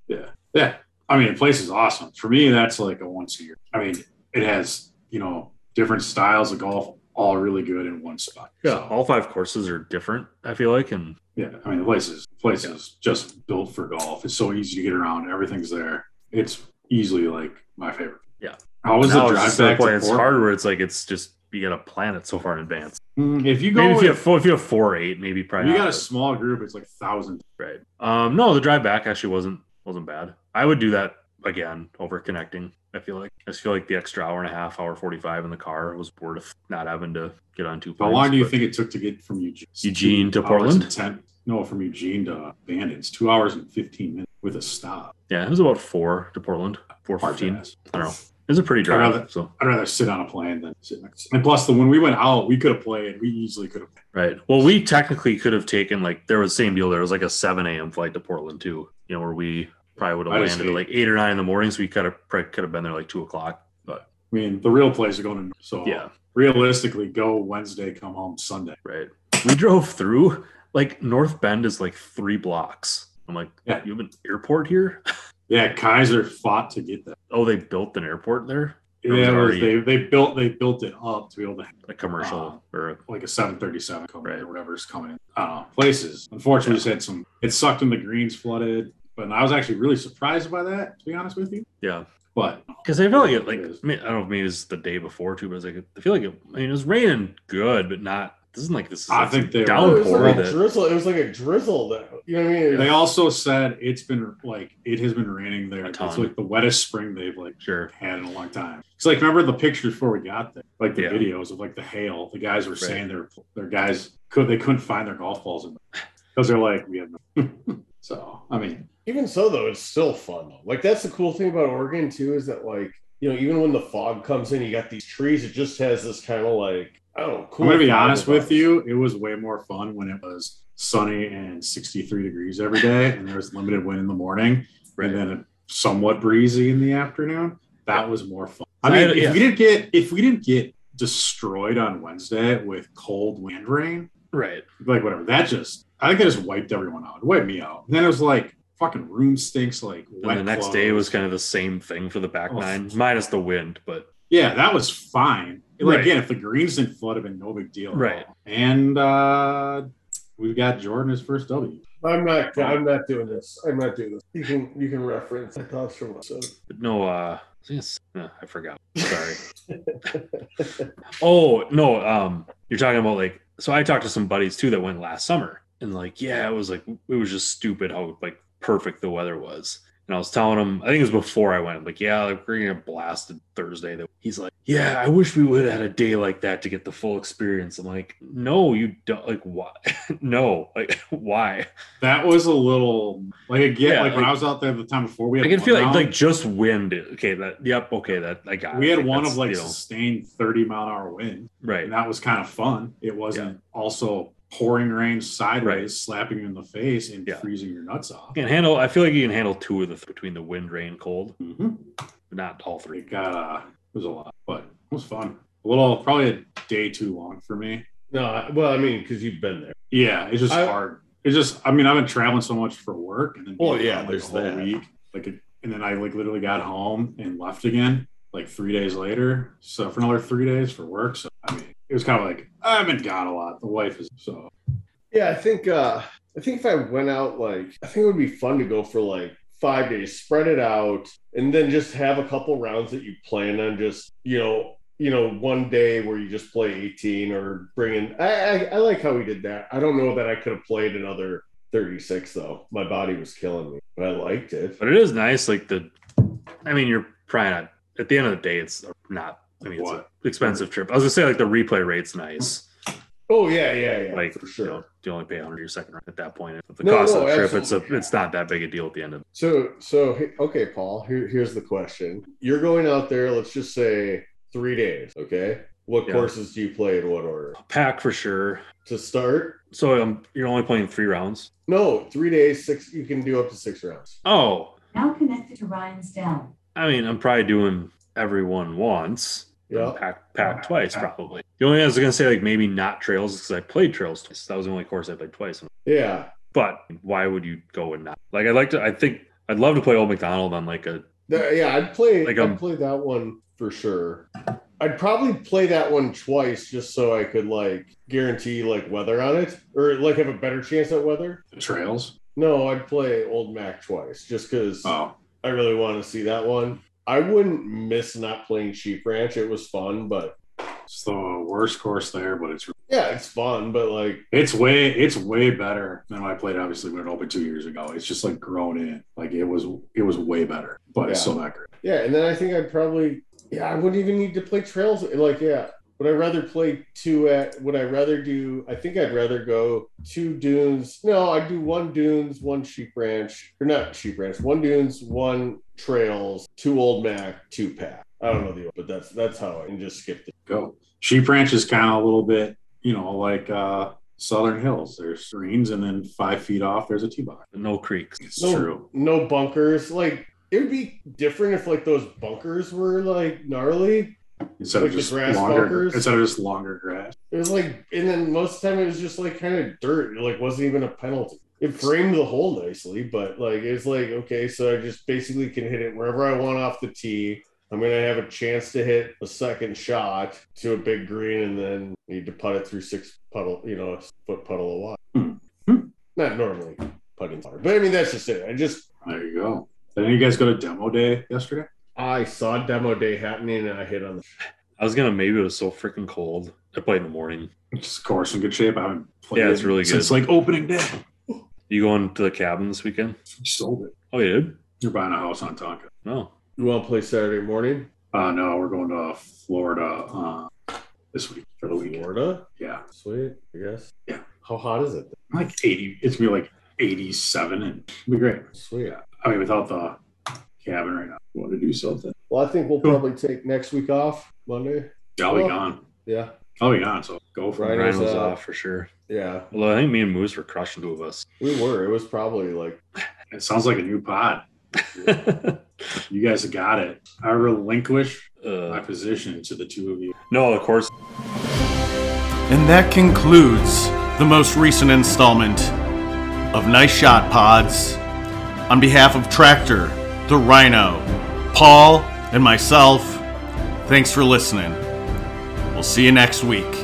Speaker 4: Yeah. I mean, the place is awesome. For me, that's like a once a year. I mean, it has, you know, different styles of golf, all really good in one spot.
Speaker 2: So all five courses are different. I feel like, and
Speaker 4: Yeah. I mean, the place is, the place is just built for golf. It's so easy to get around. Everything's there. It's easily like my favorite.
Speaker 2: Yeah.
Speaker 4: How was the
Speaker 2: now it's
Speaker 4: drive
Speaker 2: just to the
Speaker 4: back
Speaker 2: point
Speaker 4: to
Speaker 2: it's
Speaker 4: Fort-
Speaker 2: hard where it's like it's just you got to plan it so far in advance.
Speaker 4: Mm, If you go,
Speaker 2: Maybe if you have
Speaker 4: with-
Speaker 2: four, if you have four eight, maybe
Speaker 4: if
Speaker 2: probably
Speaker 4: you
Speaker 2: not,
Speaker 4: got a
Speaker 2: but-
Speaker 4: small group, it's like thousand.
Speaker 2: Right. Um, no, the drive back actually wasn't wasn't bad. I would do that again over connecting. I feel like I just feel like the extra hour and a half, hour forty five in the car was worth not having to get on two.
Speaker 4: How
Speaker 2: planes,
Speaker 4: long do you
Speaker 2: but
Speaker 4: think it took to get from Eugene,
Speaker 2: Eugene to
Speaker 4: Two hours and
Speaker 2: Portland?
Speaker 4: Ten, no, from Eugene to Bandon. It's two hours and 15 minutes with a stop.
Speaker 2: Yeah, it was about four to Portland, four
Speaker 4: Hard
Speaker 2: fifteen.
Speaker 4: pass.
Speaker 2: I don't know. It was a pretty
Speaker 4: I'd
Speaker 2: drive.
Speaker 4: rather-
Speaker 2: So
Speaker 4: I'd rather sit on a plane than sit next. And plus, the when we went out, we could have played. We easily could have.
Speaker 2: right. Well, we technically could have taken like there was same deal. There was like a seven a.m. flight to Portland too. You know where we probably would
Speaker 4: I
Speaker 2: have
Speaker 4: just
Speaker 2: landed at like eight or nine in the morning. So we could have probably could have been there like two o'clock. But
Speaker 4: I mean, the real plays are going to. So
Speaker 2: yeah,
Speaker 4: realistically, go Wednesday, come home Sunday.
Speaker 2: right. We drove through like North Bend is like three blocks. I'm like,
Speaker 4: Yeah.
Speaker 2: you have an airport here?
Speaker 4: Yeah, Kaiser fought to get that.
Speaker 2: Oh, they built an airport there, It was
Speaker 4: Yeah, or
Speaker 2: already-
Speaker 4: they they built they built it up to be able to
Speaker 2: a commercial or a,
Speaker 4: like a 737 coming
Speaker 2: Right.
Speaker 4: or whatever's coming in. I don't know. Places. Unfortunately, just had some. It sucked in the greens flooded, but I was actually really surprised by that. To be honest with you,
Speaker 2: yeah.
Speaker 4: but
Speaker 2: Because I feel like it, like
Speaker 4: It is.
Speaker 2: I, mean, I don't know if maybe it's the day before too, but it's like I feel like it, I mean it was raining good, but not. This isn't like this. Is
Speaker 4: I
Speaker 2: like
Speaker 4: think they were-
Speaker 3: It was
Speaker 2: downpour
Speaker 3: like a
Speaker 2: that
Speaker 3: drizzle. It was like a drizzle, though. You know what I mean?
Speaker 4: They also said it's been like it has been raining there.
Speaker 2: A
Speaker 4: It's
Speaker 2: ton.
Speaker 4: like the wettest spring they've like
Speaker 2: sure.
Speaker 4: had in a long time. It's like remember the pictures before we got there, like the
Speaker 2: Yeah.
Speaker 4: videos of like the hail. The guys were saying their their guys could they couldn't find their golf balls in because they're like we have no. so I mean
Speaker 3: even so though it's still fun though like that's the cool thing about oregon too is that like you know even when the fog comes in you got these trees it just has this kind of like oh cool
Speaker 4: I'm gonna be
Speaker 3: vibe
Speaker 4: honest
Speaker 3: about
Speaker 4: with
Speaker 3: it.
Speaker 4: you, it was way more fun when it was sunny and 63 degrees every day, and there was limited wind in the morning,
Speaker 2: Right.
Speaker 4: and then somewhat breezy in the afternoon. That was more fun. I
Speaker 2: I-
Speaker 4: mean, if
Speaker 2: yeah.
Speaker 4: we didn't get if we didn't get destroyed on Wednesday with cold wind rain,
Speaker 2: Right.
Speaker 4: like whatever, that just I think it just wiped everyone out. It wiped me out. And then it was like fucking room stinks, like
Speaker 2: And the next day was kind of the same thing for the back
Speaker 4: Oh.
Speaker 2: nine, minus the wind, but
Speaker 4: Yeah, that was fine. Like
Speaker 2: Right.
Speaker 4: again, if the greens didn't flood, it'd been no big deal. at
Speaker 2: Right.
Speaker 4: all. And uh we've got Jordan his first W.
Speaker 3: i'm not i'm not doing this i'm not doing this you can you can reference my thoughts from so
Speaker 2: but no. Uh, I think it's- uh, I forgot. Sorry. oh no. Um, you're talking about like so. I talked to some buddies too that went last summer, and like yeah, it was like it was just stupid how like perfect the weather was. And I was telling him, I think it was before I went, like, yeah, like we're gonna get blasted Thursday. That he's like, yeah, I wish we would have had a day like that to get the full experience. I'm like, no, you don't. Like, why? no, like, why?
Speaker 4: That was a little like again,
Speaker 2: Yeah,
Speaker 4: like when
Speaker 2: like-
Speaker 4: I was out there the time before we had
Speaker 2: I can
Speaker 4: one
Speaker 2: feel like
Speaker 4: round,
Speaker 2: like just wind. Okay, that yep. Okay, that I got.
Speaker 4: we
Speaker 2: it.
Speaker 4: had one
Speaker 2: that's,
Speaker 4: of like
Speaker 2: you know,
Speaker 4: sustained 30 mile an hour wind,
Speaker 2: right.
Speaker 4: and that was kind of fun. It wasn't also pouring rain sideways,
Speaker 2: Right.
Speaker 4: slapping you in the face and
Speaker 2: Yeah.
Speaker 4: freezing your nuts off.
Speaker 2: You can handle. I feel like you can handle two of the between the wind, rain, cold,
Speaker 4: Mhm.
Speaker 2: but not all three.
Speaker 4: It got uh it was a lot, but it was fun. A little probably a day too long for me.
Speaker 3: no I- well i mean because you've been there
Speaker 4: Yeah, it's just
Speaker 3: I-
Speaker 4: hard. It's just I mean I've been traveling so much for work and then
Speaker 3: Well,
Speaker 4: being
Speaker 3: yeah,
Speaker 4: gone, like,
Speaker 3: there's
Speaker 4: the whole
Speaker 3: that.
Speaker 4: week like it- and then I like literally got home and left again like three days later. So for another three days for work. So I mean it was kind of like I've been gone a lot. The wife is so
Speaker 3: yeah i think uh i think if i went out like i think it would be fun to go for like five days spread it out and then just have a couple rounds that you plan on just you know you know one day where you just play 18 or bring in i i, I like how we did that i don't know that i could have played another 36 though. My body was killing me, but I liked it.
Speaker 2: But it is nice, like the. I mean, you're probably not. At the end of the day, it's not. I mean, it's an
Speaker 4: What?
Speaker 2: expensive trip. I was gonna say like the replay rate's nice.
Speaker 3: Oh yeah, yeah, yeah,
Speaker 2: Like
Speaker 3: for sure.
Speaker 2: you, know, you only pay 100 your second rent at that point. If the
Speaker 3: No,
Speaker 2: cost
Speaker 3: no,
Speaker 2: of the trip, it's a,
Speaker 3: absolutely.
Speaker 2: it's not that big a deal at the end of.
Speaker 3: So, so he- okay, Paul. Here, here's the question: You're going out there. Let's just say three days. Okay, what
Speaker 2: Yeah.
Speaker 3: courses do you play in what order?
Speaker 2: Pack for sure.
Speaker 3: To start,
Speaker 2: So um, you're only playing three rounds.
Speaker 3: no, three days, six. You can do up to six rounds.
Speaker 2: Oh,
Speaker 5: Now connected to Ryan's Dell.
Speaker 2: I mean, I'm probably doing everyone once.
Speaker 3: Yeah.
Speaker 2: Pack, pack twice probably. The only thing I was gonna say like maybe not trails because I played trails twice. That was the only course I played twice.
Speaker 3: Yeah,
Speaker 2: But why would you go and not? Like I'd like to. I think I'd love to play Old McDonald on like a.
Speaker 3: Th- yeah. I'd play.
Speaker 2: Like, um,
Speaker 3: I'd play that one for sure. I'd probably play that one twice just so I could like guarantee like weather on it or like have a better chance at weather.
Speaker 4: The trails.
Speaker 3: No, I'd play Old Mac twice just because.
Speaker 4: Oh,
Speaker 3: I really want to see that one. I wouldn't miss not playing Sheep Ranch. It was fun, but
Speaker 4: it's the worst course there, but it's
Speaker 3: yeah, it's fun. But like,
Speaker 4: It's way it's way better than when I played obviously when it opened two years ago. It's just like grown in. Like it was it was way better, but it's
Speaker 3: Yeah.
Speaker 4: still not great.
Speaker 3: yeah, and then I think I'd probably yeah, I wouldn't even need to play trails. Like, yeah, would I rather play two at? Would I rather do? I think I'd rather go two dunes. No, I'd do one dunes, one Sheep Ranch, or not Sheep Ranch, one dunes, one trails, two Old Mac, two pack. I don't know the, but that's that's how I can just skip the.
Speaker 4: Go. Sheep Ranch is kind of a little bit, you know, like uh Southern Hills. There's greens and then five feet off there's a tee box.
Speaker 2: No creeks.
Speaker 4: It's
Speaker 3: No.
Speaker 4: true.
Speaker 3: no bunkers. Like it would be different if like those bunkers were like gnarly.
Speaker 4: Instead
Speaker 3: Like
Speaker 4: of
Speaker 3: the
Speaker 4: just
Speaker 3: grass
Speaker 4: longer
Speaker 3: bunkers?
Speaker 4: instead of just longer grass.
Speaker 3: It was like, and then most of the time it was just like kind of dirt. It like wasn't even a penalty. It framed the hole nicely, but like it's like okay, so I just basically can hit it wherever I want off the tee. I'm gonna have a chance to hit a second shot to a big green, and then need to putt it through six puddle, you know, foot puddle of water.
Speaker 4: Hmm. Hmm.
Speaker 3: Not normally putting water, but I mean that's just it. I just
Speaker 4: There you go. Then you guys go to demo day yesterday?
Speaker 3: I saw demo day happening, and I hit on the
Speaker 2: I was gonna maybe it was so freaking cold. I played in the morning.
Speaker 4: Just of course in good shape. I haven't played
Speaker 2: Yeah, it's
Speaker 4: it
Speaker 2: really
Speaker 4: since
Speaker 2: good.
Speaker 4: like opening day.
Speaker 2: You going to the cabin this weekend?
Speaker 4: You sold it.
Speaker 2: Oh, you did?
Speaker 4: You're buying a house on Tonka.
Speaker 2: No.
Speaker 3: You want to play Saturday morning?
Speaker 4: Uh, no, we're going to Florida uh, this week for the weekend.
Speaker 3: Florida?
Speaker 4: Yeah,
Speaker 3: Sweet, I guess.
Speaker 4: Yeah.
Speaker 3: How hot is it?
Speaker 4: like eighty. It's gonna be like eighty-seven, and it'll be great.
Speaker 3: Sweet.
Speaker 4: Yeah. I mean, without the cabin right now, we want to do something.
Speaker 3: Well, I think we'll
Speaker 4: Cool.
Speaker 3: probably take next week off, Monday.
Speaker 4: I'll be
Speaker 3: Well-
Speaker 4: gone.
Speaker 3: Yeah.
Speaker 4: I'll be gone. So go for
Speaker 3: Right.
Speaker 4: it.
Speaker 2: Ryan
Speaker 3: Rhino's
Speaker 2: was
Speaker 3: out.
Speaker 2: off for sure.
Speaker 3: Yeah.
Speaker 2: Although I think me and Moose were crushing two of us.
Speaker 3: We were. It was probably like,
Speaker 4: It sounds like a new pod.
Speaker 2: uh,
Speaker 4: You guys got it. I relinquish my position to the two of you.
Speaker 2: no, of course.
Speaker 1: And that concludes the most recent installment of Nice Shot Pods. On behalf of Tractor, the Rhino, Paul, and myself, thanks for listening. We'll see you next week.